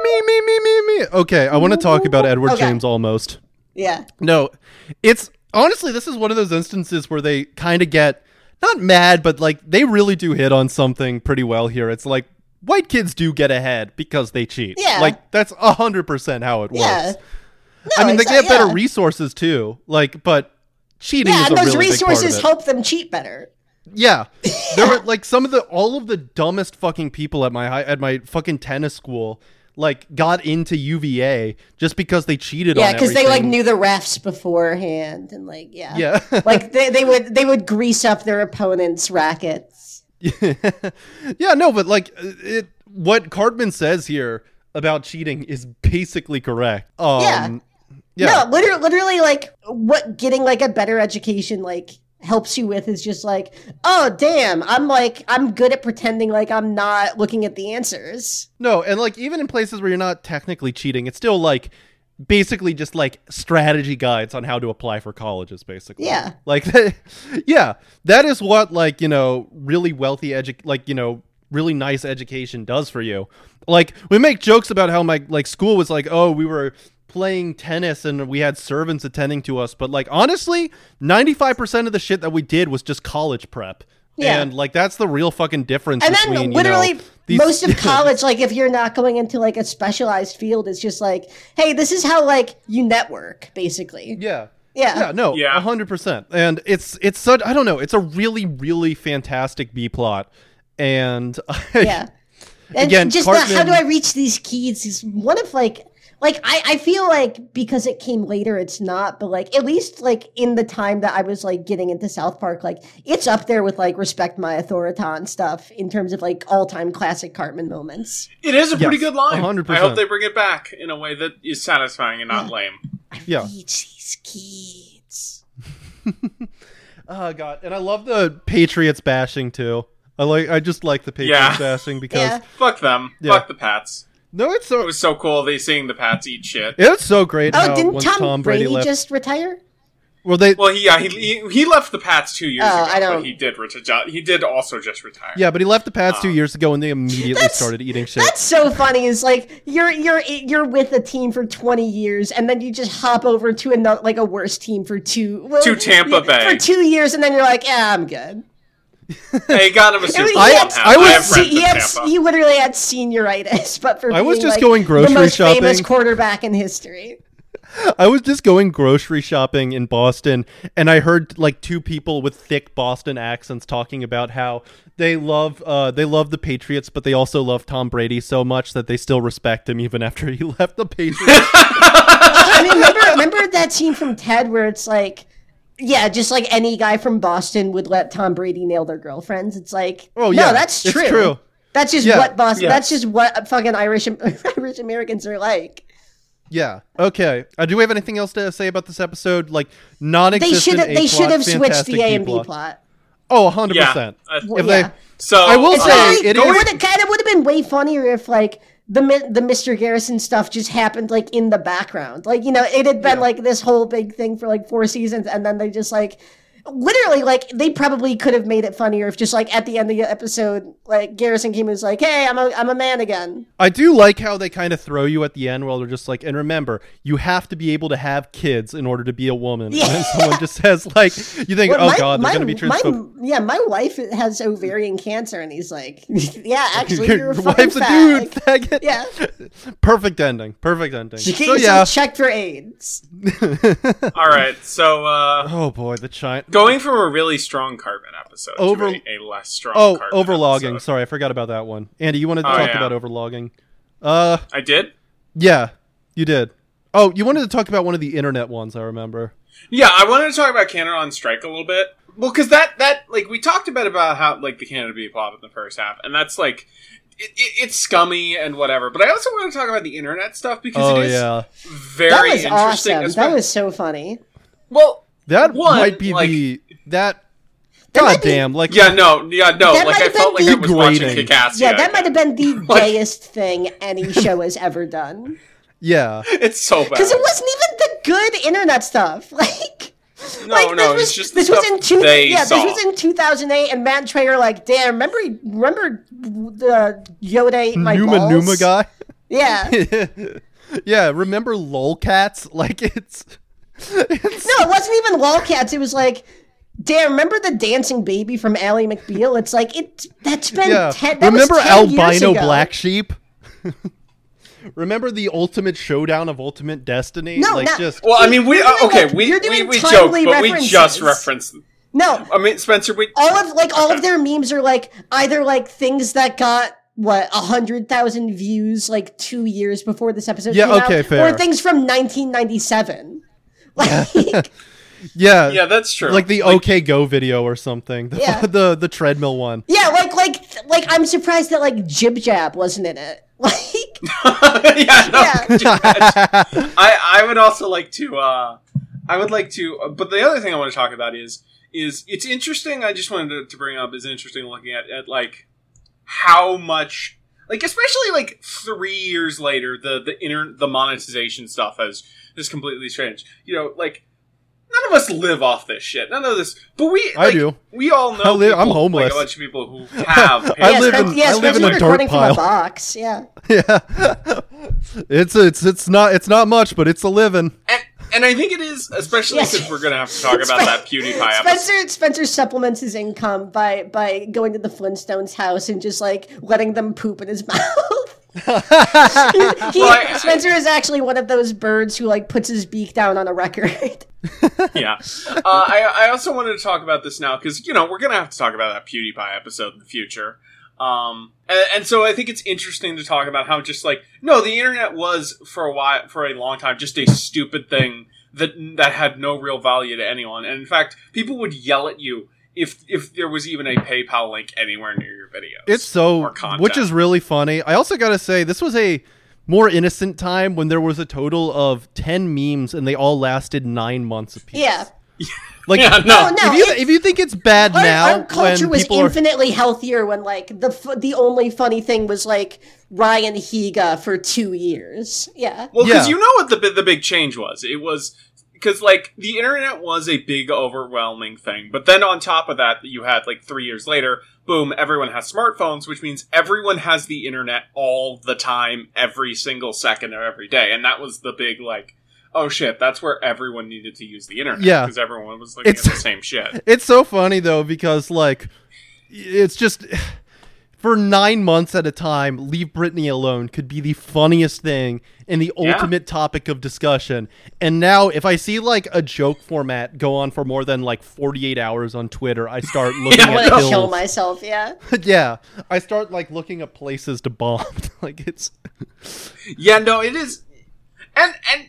me, me, me, me, me. Okay, I want to talk about Edward Okay. James almost. Yeah. No, it's honestly this is one of those instances where they kind of get not mad, but like they really do hit on something pretty well here. It's like white kids do get ahead because they cheat. Yeah. like that's hundred percent how it Yeah. works. I mean, they exa- get better yeah. resources too. Like, but cheating Yeah, is a and those really big part of resources it. help them cheat better. yeah, there were like some of the all of the dumbest fucking people at my high, at my fucking tennis school like got into UVA just because they cheated yeah, on because they like everything. knew the refs beforehand and like yeah, Yeah. like they, they would they would grease up their opponents' rackets. yeah, no, but like uh, it what Cardman says here about cheating is basically correct. Um Yeah. yeah. No, literally, literally, like what getting like a better education like helps you with is just like, oh damn, I'm like I'm good at pretending like I'm not looking at the answers. No, and like even in places where you're not technically cheating, it's still like basically just like strategy guides on how to apply for colleges basically. Yeah. Like that, yeah, that is what like, you know, really wealthy edu- like, you know, really nice education does for you. Like we make jokes about how my like school was like, "Oh, we were playing tennis and we had servants attending to us." But like honestly, 95% of the shit that we did was just college prep. Yeah. And like that's the real fucking difference And between then you know, literally these- most of college, like if you're not going into like a specialized field, it's just like, hey, this is how like you network, basically. Yeah. Yeah. Yeah, no, Yeah. a hundred percent. And it's it's such I don't know, it's a really, really fantastic B plot. And yeah. And Again, just the, how Cartman- do I reach these keys is one of like like I, I feel like because it came later it's not, but like at least like in the time that I was like getting into South Park, like it's up there with like respect my authoriton stuff in terms of like all time classic Cartman moments. It is a pretty good line. 100%. I hope they bring it back in a way that is satisfying and not lame. yeah. Reach these keys. Oh god. And I love the Patriots bashing too. I like I just like the Patriots Yeah. bashing because Yeah. Fuck them. Yeah. Fuck the Pats. No, it's It so was so cool. They seeing the Pats eat shit. it's so great. Oh, how didn't once Tom, Brady, left, just retire? well, they Well, he, yeah, he, he he left the Pats two years Oh, ago, I don't- but he did retire. He did also just retire. yeah, but he left the Pats uh, two years ago, and they immediately started eating shit. That's so funny. Is like you're you're you're with a team for twenty years, and then you just hop over to another like a worse team for two well, To Tampa yeah, Bay. for two years, and then you're like, yeah, I'm good. They got him a Super mean, Bowl. he had- hat. I was- I have friends he, in had, Tampa. he literally had senioritis, but for I was being, just like, going grocery the most famous shopping. quarterback in history. I was just going grocery shopping in Boston and I heard like two people with thick Boston accents talking about how they love uh, they love the Patriots but they also love Tom Brady so much that they still respect him even after he left the Patriots. I mean, remember remember that scene from Ted where it's like. Yeah, just like any guy from Boston would let Tom Brady nail their girlfriends. It's like, Oh, no, yeah, that's it's true. true. That's just Yeah, what Boston. yeah. That's just what fucking Irish Irish Americans are like. yeah. Okay. Uh, do we have anything else to say about this episode? Like non-existent They should have. A They should plot, have switched the fantastic A and B B-plot. plot. Oh, 100%. yeah. I- If Yeah. they so uh, I will It's say- like, it it is- would have kind of would have been way funnier if like the mi- the Mr. Garrison stuff just happened like in the background. Like you know, it had been like this whole big thing for like four seasons, and then they just like literally like they probably could have made it funnier if just like at the end of the episode, like Garrison came and was like, "Hey, I'm a I'm a man again." I do like how they kind of throw you at the end where they're just like, and remember, you have to be able to have kids in order to be a woman. And then someone just says, like, you think, Well, oh my- God, they're my- going to be my- transphobic. Yeah, my wife has ovarian cancer, and he's like, "Yeah, actually, Your you're a fucking wife's a dude, fag." faggot. Yeah. Perfect ending. Perfect ending. She So, yeah. checked for AIDS. all right. So uh, oh, boy, the China. going from a really strong Carbon episode Over- to a, a less strong. Oh, Carbon overlogging. episode. Sorry, I forgot about that one. Andy, you wanted to Oh, talk yeah. about overlogging. Uh, I did. yeah, you did. Oh, you wanted to talk about one of the internet ones, I remember. Yeah, I wanted to talk about Canada on Strike a little bit. Well, because that that like we talked a bit about how like the Canada Bee plot in the first half, and that's like it, it, it's scummy and whatever. But I also want to talk about the internet stuff because Oh, it is yeah. very That was interesting. awesome. espe- That was so funny. well, That one, might be like- the. That. That might God be- damn. Like, yeah, no, yeah, no. That might Like I have felt been like I was watching degrading. Kick-Ass. Yeah, that might have been the gayest thing any show has ever done. yeah. It's so bad. Because it wasn't even the good internet stuff. Like, Oh, No, like, this no, it's was, just the this was stuff in two. they yeah, saw. this was in 2008, and Matt and Trey are like, "Damn, remember, remember the Yoda ate my Numa balls?" Numa guy. Yeah. yeah, remember lolcats? Like it's, it's No, it wasn't even Wallcats. It was like, damn, remember the dancing baby from Ally McBeal? It's like it. That's been yeah. ten. That remember was 10 years albino ago. black sheep? remember the ultimate showdown of ultimate destiny? No, like not- just Well, I mean, we uh, You're doing, okay. like- we you're we, doing we timely joke, but we just references. referenced. No, I mean, Spencer, we all of like all of their memes are like either like things that got what a hundred thousand views like two years before this episode Yeah, came out, okay, fair. or things from 1997. Like, Yeah. yeah, that's true. Like the OK Go video or something. The, Yeah. the the treadmill one. yeah, like like like I'm surprised that like Jib Jab wasn't in it. Like, yeah, no, Yeah. could you imagine? I I would also like to. uh I would like to. uh, But the other thing I want to talk about is is it's interesting. I just wanted to, to bring up is interesting looking at at like how much like especially like three years later the the inner the monetization stuff has has completely changed. You know, like. None of us live off this shit. None of this, but we. I like, do. We all know. I live- people, I'm like, homeless. a bunch of people who have. I yeah, live in- spe- yeah, I live in especially a dirt recording from pile. a box. Yeah, Yeah. it's it's it's not it's not much, but it's a living. And, and I think it is, especially Yes. since we're going to have to talk about that PewDiePie episode. Spencer Spencer supplements his income by by going to the Flintstones' house and just like letting them poop in his mouth. He- Well, I- Spencer is actually one of those birds who like puts his beak down on a record. Yeah. Uh, I, I also wanted to talk about this now because, you know, we're going to have to talk about that PewDiePie episode in the future. Um, and, and so I think it's interesting to talk about how just like, no, the internet was for a while, for a long time, just a stupid thing that, that had no real value to anyone. And in fact, people would yell at you if, if there was even a PayPal link anywhere near your videos. It's so or content. which is really funny. I also got to say this was a more innocent time when there was a total of 10 memes and they all lasted 9 months apiece. Yeah. Like Yeah, Oh no. no. if you it- if you think it's bad our, now our culture when was people are infinitely healthier when like the f- the only funny thing was like Ryan Higa for two years. Yeah. Well, because Yeah. you know what the bi- the big change was. It was because like the internet was a big overwhelming thing, but then on top of that, you had like three years later, boom, everyone has smartphones, which means everyone has the internet all the time, every single second of every day, and that was the big like. Oh shit! That's where everyone needed to use the internet. Yeah. because everyone was looking It's- at the same shit. It's so funny though because like it's just for nine months at a time, leave Britney alone could be the funniest thing and the Yeah. ultimate topic of discussion. And now, if I see like a joke format go on for more than like forty-eight hours on Twitter, I start looking I at want to hills. kill myself. Yeah. yeah, I start like looking up places to bomb. like it's Yeah, no, it is, and and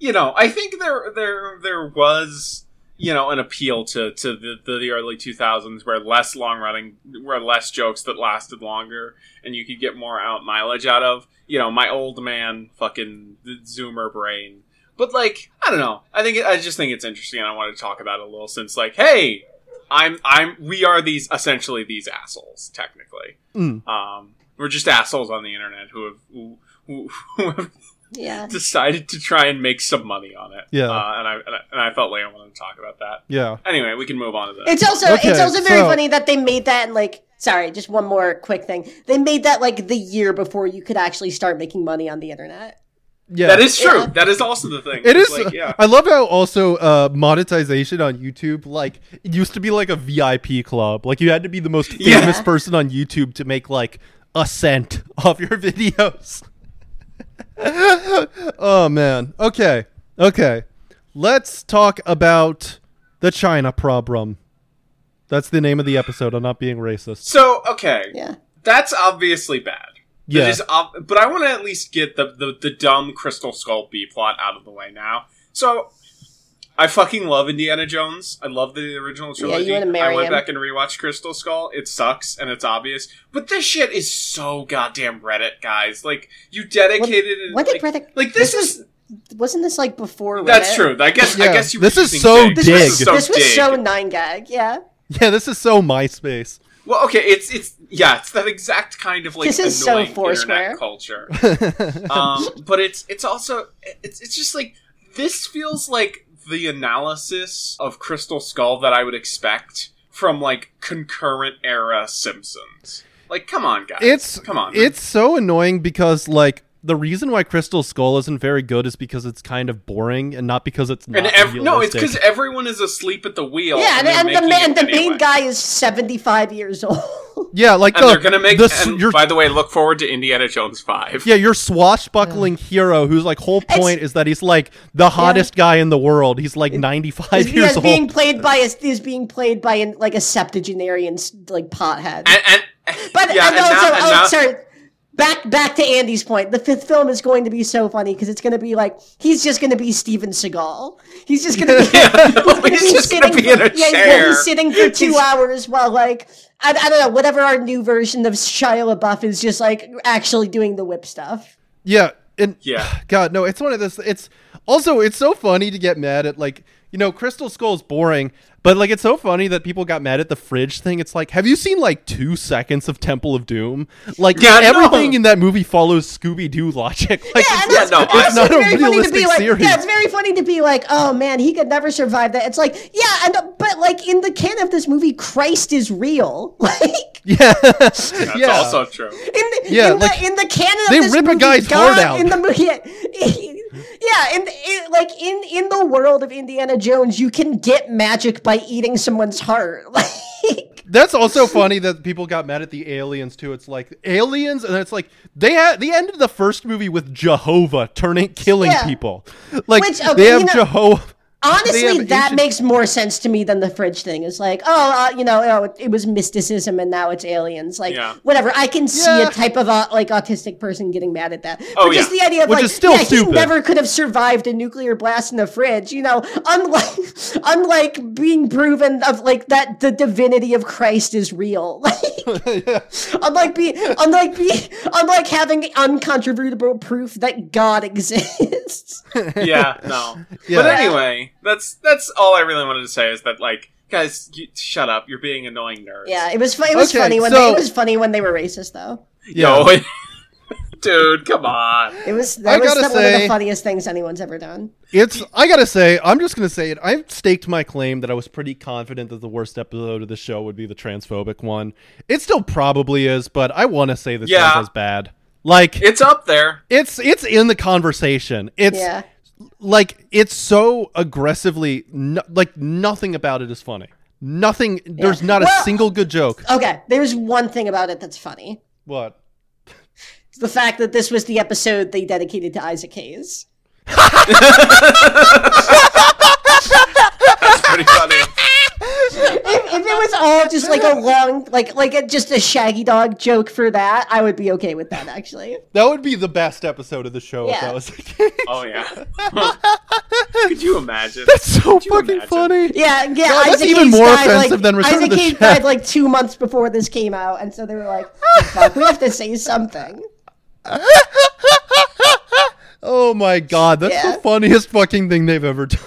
you know, I think there there there was you know an appeal to to the the, the early two thousands where less long running, where less jokes that lasted longer, and you could get more out mileage out of you know my old man fucking zoomer brain. But like, I don't know. I think it, I just think it's interesting, and I wanted to talk about it a little since like, hey. I'm, I'm, we are these, essentially these assholes, technically. Mm. Um, we're just assholes on the internet who have who, who, who have Yeah. decided to try and make some money on it. Yeah. uh, and I and I, and I felt like I wanted to talk about that. yeah. Anyway, we can move on to this. It's also Okay, it's also very so- funny that they made that and like sorry, just one more quick thing. They made that like the year before you could actually start making money on the internet. Yeah. that is true. Yeah. That is also the thing. It It's is. Like, yeah. I love how also uh, monetization on YouTube, like it used to be like a VIP club. Like you had to be the most famous Yeah. person on YouTube to make like a cent off your videos. oh man. Okay. Okay. Let's talk about the China problem. That's the name of the episode. I'm not being racist. So okay, Yeah. that's obviously bad. That Yeah. is ob- but I want to at least get the, the the dumb Crystal Skull B plot out of the way now. So. I fucking love Indiana Jones. I love the original Yeah, you trilogy. wanna marry I went him. back and rewatched Crystal Skull. It sucks and it's obvious, but this shit is so goddamn Reddit, guys. Like you dedicated. and, what did like, Reddit- Like this, is Wasn't this like before Reddit? that's true. I guess. Yeah. I guess you. This were is using so Dig. This Dig. was This is so this was dig. so nine gag, yeah. Yeah, this is so MySpace. Well, okay, it's it's yeah, it's that exact kind of like This is so annoying Foursquare. internet culture. um, but it's it's also it's it's just like this feels like the analysis of Crystal Skull that I would expect from like concurrent era Simpsons. Like, come on, guys, It's come on, It's so annoying because like the reason why Crystal Skull isn't very good is because it's kind of boring and not because it's not and ev- no, it's e-, because realistic. everyone is asleep at the wheel. Yeah, and, they're and the Oh, making man it the anyway. main guy is seventy five years old. Yeah, like And the, they're gonna make. the s- and your, by the way, look forward to Indiana Jones Five. yeah your swashbuckling hero, whose like whole point is that he's like the hottest guy in the world. He's like ninety five Is, years is old. being played by a, is being played by an, like a septuagenarian like pothead. And, and, But yeah, I know, and now- so, and oh, now- sorry. Back back to Andy's point. The fifth film is going to be so funny because it's going to be like he's just going to be Steven Seagal. He's just going to be. he's just gonna sitting be in for- a yeah, he's gonna be chair. sitting for two hours while like I, I don't know whatever our new version of Shia LaBeouf is just like actually doing the whip stuff. Yeah, and Yeah. God, no, it's one of those. It's also it's so funny to get mad at like you know Crystal Skull's boring, but like it's so funny that people got mad at the fridge thing. It's like, have you seen like two seconds of Temple of Doom? Like Yeah, no. everything in that movie follows Scooby Doo logic. Like, Yeah, and Yeah, that's, no, it's I- also It's not a very funny to be realistic like, series. yeah, it's very funny to be like, oh man, he could never survive that. It's like, yeah, and but like in the canon of this movie, Christ is real. Like yeah, That's yeah. also true. in the, Yeah, in, like, the in the canon of they this rip a movie, guy's God heart out. in the movie. Yeah, yeah in, in like in in the world of Indiana Jones, you can get magic by eating someone's heart. Like, That's also funny that people got mad at the aliens too. It's like aliens, and it's like they had the end of the first movie with Jehovah turning killing Yeah. people. Like Which, okay, they have you know- Jehovah. They honestly, have that ancient- makes more sense to me than the fridge thing. It's like, oh, uh, you know, oh, it, it was mysticism and now it's aliens. Like, Yeah. whatever. I can see Yeah. a type of uh, like autistic person getting mad at that. Oh, but just yeah. the idea of Which like, is still yeah, stupid. he never could have survived a nuclear blast in the fridge. You know, unlike unlike being proven of like that the divinity of Christ is real. Like, unlike being unlike being unlike having uncontrovertible proof that God exists. Yeah, no. Yeah. But anyway, that's that's all I really wanted to say is that like, guys, you, shut up. You're being annoying nerds. Yeah, it was. Fu- it was Okay, funny when so- they, it was funny when they were racist, though. Yeah. Yo, dude, come on. It was that was gotta some- one of say- the funniest things anyone's ever done. It's. I gotta say, I'm just gonna say it. I've staked my claim that I was pretty confident that the worst episode of the show would be the transphobic one. It still probably is, but I want to say this Yeah. one's as bad. Like It's up there. it's it's in the conversation. It's Yeah, like it's so aggressively no, like nothing about it is funny. Nothing. There's not a Well- uh, single good joke. okay. There's one thing about it that's funny: What? it's the fact that this was the episode they dedicated to Isaac Hayes. That's pretty funny. If, if it was all just like a long, like like a, just a Shaggy Dog joke for that, I would be okay with that actually. That would be the best episode of the show if Yeah. that was the case. Oh yeah. Could you imagine? That's so Could you fucking imagine? funny. Yeah, yeah. God, that's Isaac even Hayes more died, offensive like, than Return of Isaac the Hayes Chef. died like two months before this came out, and so they were like, "Fuck, we have to say something." Oh my god, that's Yeah. the funniest fucking thing they've ever done.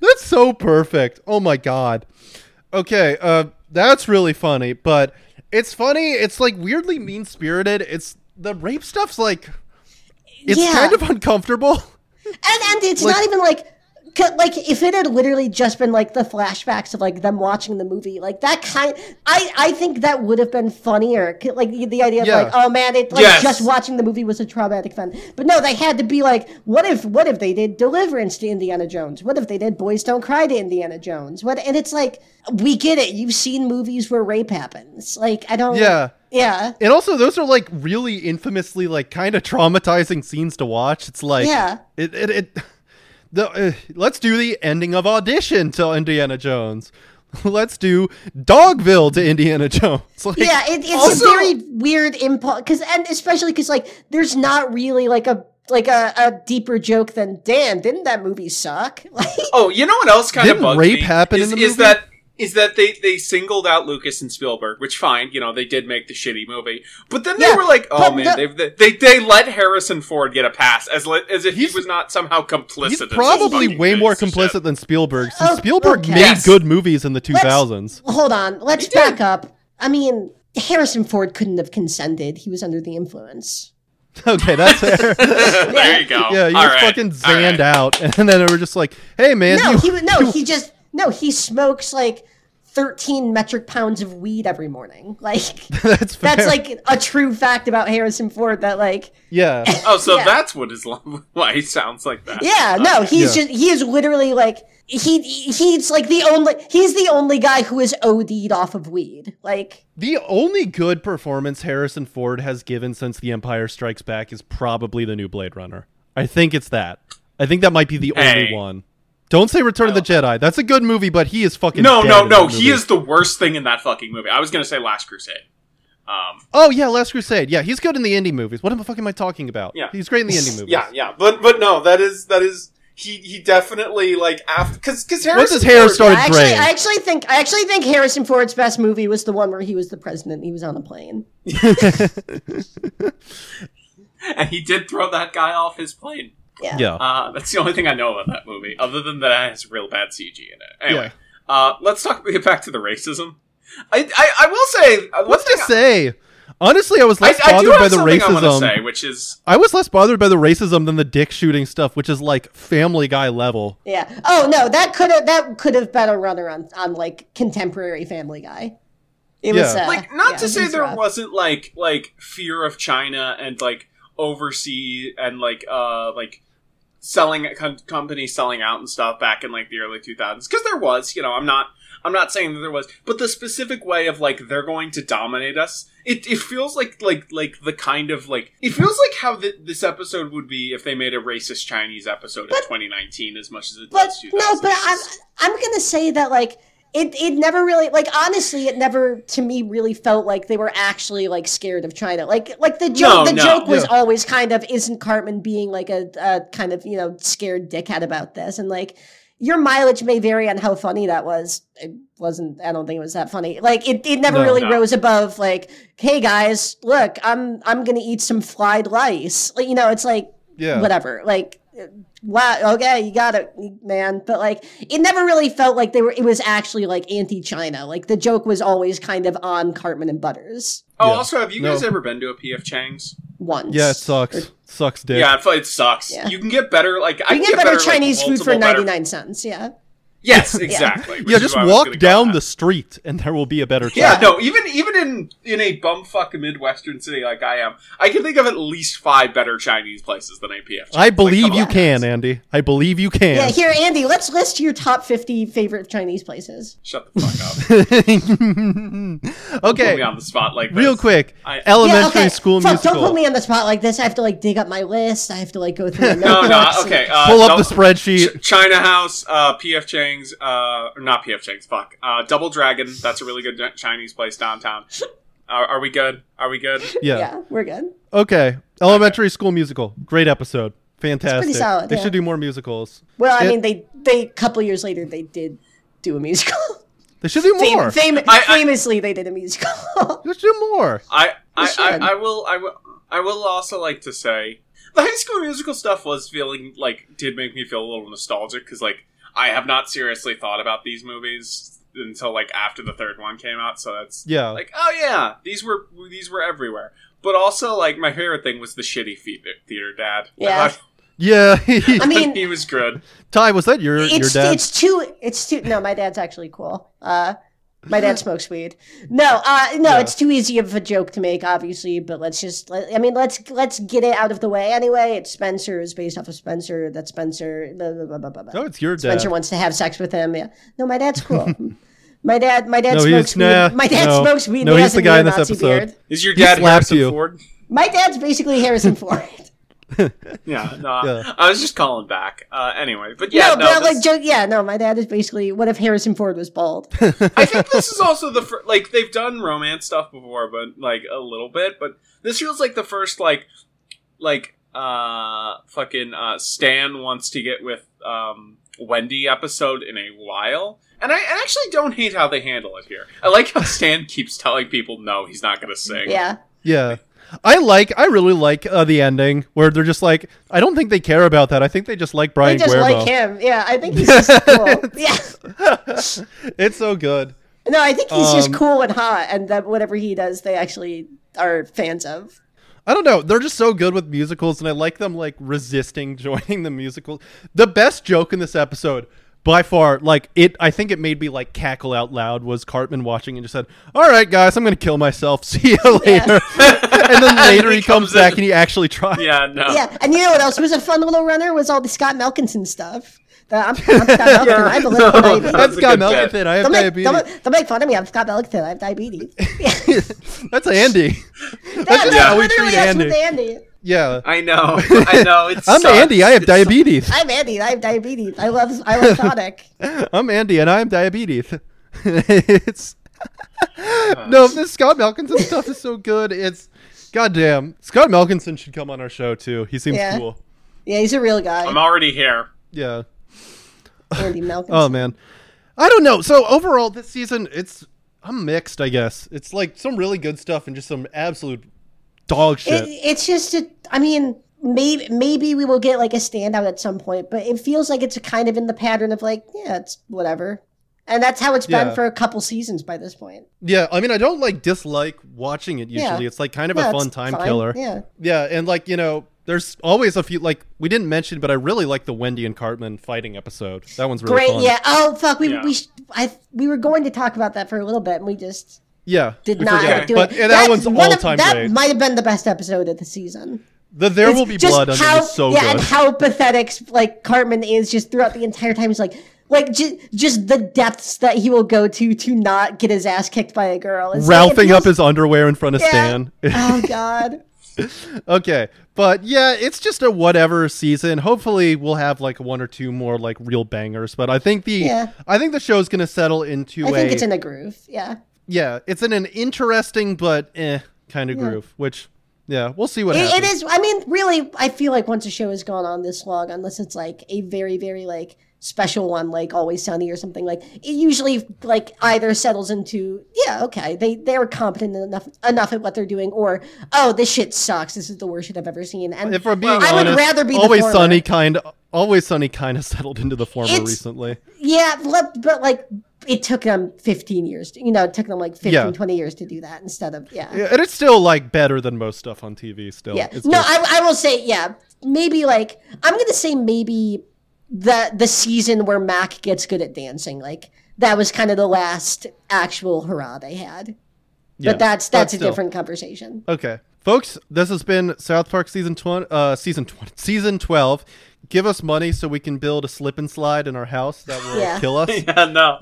that's so perfect. Oh my god. Okay, uh that's really funny, but it's funny, it's like weirdly mean-spirited. It's the rape stuff's like it's Yeah. kind of uncomfortable. And and it's not even like c- like if it had literally just been like the flashbacks of like them watching the movie, like that kind. I I think that would have been funnier. C- Like the, the idea of Yeah. like, oh man, it like Yes. just watching the movie was a traumatic fun. But no, they had to be like, what if what if they did Deliverance to Indiana Jones? What if they did Boys Don't Cry to Indiana Jones? What and it's like we get it. You've seen movies where rape happens. Like I don't. Yeah. Yeah. And also those are like really infamously like kind of traumatizing scenes to watch. It's like Yeah. it it, it the uh, let's do the ending of audition to Indiana Jones. Let's do Dogville to Indiana Jones. Like, yeah it, it's Also- a very weird impulse because and especially because like there's not really like a like a, a deeper joke than damn didn't that movie suck like Oh, you know what else kind Didn't of bugged rape me? happen is, in the is movie? that is that they they singled out Lucas and Spielberg, which fine, you know they did make the shitty movie, but then they Yeah, were like, oh but man, the- they've- they, they they let Harrison Ford get a pass as li- as if he He's- was not somehow complicit. He's in this probably fucking way piece more of shit. complicit than Spielberg. Since Oh, Spielberg okay. made Yes. good movies in the 2000s. hold on let's back up i mean harrison ford couldn't have consented he was under the influence Okay, that's fair. there you go. yeah, he Oh, All was right, fucking all right. zanned out, and then they were just like, "Hey, man, no you- he was no he just no he smokes like 13 metric pounds of weed every morning like that's fair." that's like a true fact about harrison ford that like yeah, Oh, so Yeah. that's what is why he sounds like that. Yeah, no, he's Uh, Yeah. just he is literally like he he's like the only he's the only guy who is OD'd off of weed. Like The only good performance Harrison Ford has given since The Empire Strikes Back is probably the new Blade Runner. I think it's that. I think that might be the Hey. Oh. only one. Don't say Return of the Jedi. That's a good movie, but he is fucking No, dead no, in no. that He movie. is the worst thing in that fucking movie. I was gonna say Last Crusade. Um, Oh yeah, Last Crusade. Yeah, he's good in the indie movies. What am I fucking am I talking about? Yeah. he's great in the indie movies. yeah, yeah, but but no, that is that is he he definitely like after because because Once Harrison his hair Ford- started I actually, graying, I actually think I actually think Harrison Ford's best movie was the one where he was the president. He was on a plane. and he did throw that guy off his plane. Yeah. yeah, Uh, that's the only thing I know about that movie, other than that it has real bad CG in it. Anyway, yeah. uh, let's talk get back to the racism. I I, I will say uh, one What's thing to say? Honestly, I was I, less I, I do bothered have by the something I want to racism. say, which is I was less bothered by the racism than the dick shooting stuff, which is like Family Guy level. Yeah. Oh no, that could have that could have been a runner on on like contemporary Family Guy. It was Yeah. uh, like not yeah, to it say was there rough. wasn't like like fear of China and like overseas and like uh like selling com- companies selling out and stuff back in like the early 2000s because there was you know i'm not i'm not saying that there was but the specific way of like they're going to dominate us it, it feels like like like the kind of like it feels like how th this episode would be if they made a racist chinese episode in 2019 as much as it But does no, 2000s. but I'm I'm gonna say that like it it never really like honestly it never to me really felt like they were actually like scared of China. Like like the joke No, the no. joke was Yeah. always kind of isn't Cartman being like a, a kind of you know scared dickhead about this and like your mileage may vary on how funny that was. It wasn't. I don't think it was that funny. Like it, it never No. really No. rose above like, hey guys, look, I'm I'm gonna eat some fried lice. Like you know, it's like Yeah, whatever. Like, wow, okay, you got it, man. But like, it never really felt like they were. It was actually like anti-China. Like the joke was always kind of on Cartman and Butters oh Yeah. also have you No. guys ever been to a pf chang's once. yeah, it sucks. Sucks dick. Yeah, it fu- it sucks. Yeah. You can get better. Like I You can get better, like, Chinese food for multiple better- 99 cents. Yeah. Yes, exactly. which yeah, is just why I was walk gonna go down with the that. street and there will be a better. Yeah, track. no. Even even in in a bumfuck midwestern city like I am, I can think of at least five better Chinese places than APF. I believe you can, And- Andy. I believe you can. Yeah. Here, Andy, let's list your top 50 favorite Chinese places. Shut the fuck up. Put me okay, on the spot like real this. quick. I- yeah, elementary okay. school Fuck, musical. Don't put me on the spot like this. I have to like dig up my list. I have to like go through. my No, no. notebooks and- Okay. Uh, Pull up no- the spreadsheet. Ch- China House, uh, PF Chang's, uh, or not PF Chang's. Fuck. Uh, Double Dragon. That's a really good Chinese place downtown. Are, are we good? Are we good? Yeah. Yeah, we're good. Okay. Elementary school musical. Great episode. Fantastic. solid, they yeah. should do more musicals. Well, I It- mean, they they a couple years later they did do a musical. They should do Fam- more. fam- I- I- famously, they did a musical. They should do more. I I, should. I, I will I will I will also like to say the High School Musical stuff was feeling like did make me feel a little nostalgic because like I have not seriously thought about these movies until like after the third one came out. So that's Yeah. like oh yeah these were these were everywhere. But also like my favorite thing was the shitty theater, theater dad. Yeah. yeah. I he mean, was good. Ty, was that your your it's dad? it's too it's too. No, my dad's actually cool. Uh, my dad smokes weed. No, uh, no, Yeah. it's too easy of a joke to make, obviously. But let's just, let, I mean, let's let's get it out of the way anyway. It's Spencer is based off of Spencer. That's Spencer. Blah, blah, blah, blah, blah, blah. No, Oh, it's your dad. Spencer wants to have sex with him. Yeah. No, my dad's cool. my dad, my dad No, he's- smokes nah, weed. My dad no. smokes weed. and No, he he's has the a guy in this neo-Nazi episode. Beard. Is your dad slapped Harrison you. Ford? My dad's basically Harrison Ford. Yeah, no, Yeah. I was just calling back. Uh, anyway, but yeah, no, no, but this- like, joke, yeah, no, my dad is basically what if Harrison Ford was bald? I think this is also the fir- like they've done romance stuff before, but like a little bit. But this feels like the first like like uh fucking uh Stan wants to get with um Wendy episode in a while. And I I actually don't hate how they handle it here. I like how Stan keeps telling people no, he's not gonna sing. yeah, yeah. I like. I really like uh, the ending where they're just like. I don't think they care about that. I think they just like I Brian just Guermo. like him. Yeah, I think he's just cool. Yeah, It's so good. no, I think he's just Um, cool and hot, and that whatever he does, they actually are fans of. I don't know. They're just so good with musicals, and I like them like resisting joining the musical. The best joke in this episode, by far, like it. I think it made me like cackle out loud. Was Cartman watching and just said, "All right, guys, I'm gonna kill myself. See you later." and then later he, he comes, comes back in. and he actually tries. Yeah, no. Yeah, and you know what else was a fun little runner was all the Scott Malkinson stuff. That- I'm, I'm Scott Malkin. I believe in diabetes. That's That's a Guy good bet. Melkington. I have Don't make, diabetes. don't, don't make fun of me. I'm Scott Melkington. I have diabetes. that's Andy. That's just That- that how we literally treat that's Andy. with Andy. Yeah. I know. I know. It's I'm Andy. I have diabetes. I'm Andy. I have diabetes. I love I love Sonic. I'm Andy, and I am diabetes. it's no, this Scott Malkinson stuff is so good. It's goddamn. Scott Malkinson should come on our show too. He seems Yeah. cool. Yeah, he's a real guy. I'm already here. Yeah. Andy Malcolm. Oh man, I don't know. So overall, this season, it's I'm mixed. I guess it's like some really good stuff and just some absolute dog shit. It, it's just a, I mean, maybe maybe we will get like a standout at some point, but it feels like it's kind of in the pattern of like, yeah, it's whatever. And that's how it's Yeah. been for a couple seasons by this point. yeah, I mean, I don't like dislike watching it. Usually, Yeah. it's like kind of a Yeah, it's fun time fine. killer. Yeah. Yeah, and like you know, there's always a few like we didn't mention, but I really like the Wendy and Cartman fighting episode. That one's really Great. fun. Yeah. Oh fuck, we Yeah. we sh- I we were going to talk about that for a little bit and we just yeah. did we not forgot. end up do but it. yeah, that That's one's one all of- time That great. might have been the best episode of the season. the There It's Will Be just Blood on how- it is so yeah, good. and how pathetic like Cartman is just throughout the entire time. He's like, like just just the depths that he will go to to not get his ass kicked by a girl. It's like, it Ralphing up feels- his underwear in front of yeah. Stan. oh god. okay but yeah it's just a whatever season hopefully we'll have like one or two more like real bangers but i think the Yeah. i think the show's gonna settle into I think a it's in a groove. Yeah. yeah it's in an interesting but eh kind of groove which yeah we'll see what It, it happens is. I mean, really, I feel like once a show has gone on this long, unless it's like a very, very like special one, like Always Sunny or something, like it usually like either settles into yeah, okay, they they are competent enough enough at what they're doing, or oh, this shit sucks. This is the worst shit I've ever seen. And if we're being I would honest rather be the always former. sunny kind always sunny kind of settled into the former It's- recently yeah, but, but like it took them 15 years. To, you know, it took them like 15, Yeah. 20 years to do that instead of yeah. Yeah, and it's still like better than most stuff on tv still Yeah. It's No, good. I, I will say, yeah, maybe like I'm gonna say maybe the the season where Mac gets good at dancing, like that was kind of the last actual hurrah they had. Yeah, but that's that's a still. different conversation. Okay, folks, this has been South Park season twenty, uh, season twenty, season twelve. Give us money so we can build a slip and slide in our house that will Yeah. kill us. Yeah, no.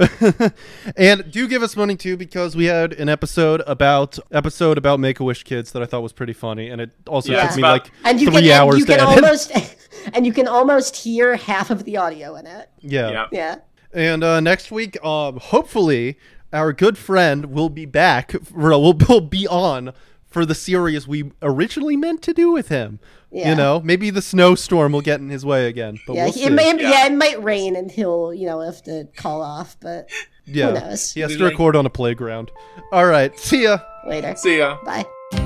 and do give us money too because we had an episode about episode about Make a Wish kids that I thought was pretty funny, and it also Yeah, took it's me about- like And you three can hours and you to can edit. almost and you can almost hear half of the audio in it. yeah. Yeah. Yeah. And uh, next week, um, hopefully, our good friend will be back. uh, Will will be on for the series we originally meant to do with him. Yeah. You know, maybe the snowstorm will get in his way again. But Yeah, we'll he- see. it may, yeah. Yeah. it might rain and he'll, you know, have to call off, but yeah, knows? he has We to like- record on a playground. All right, see ya. later. See ya. Bye.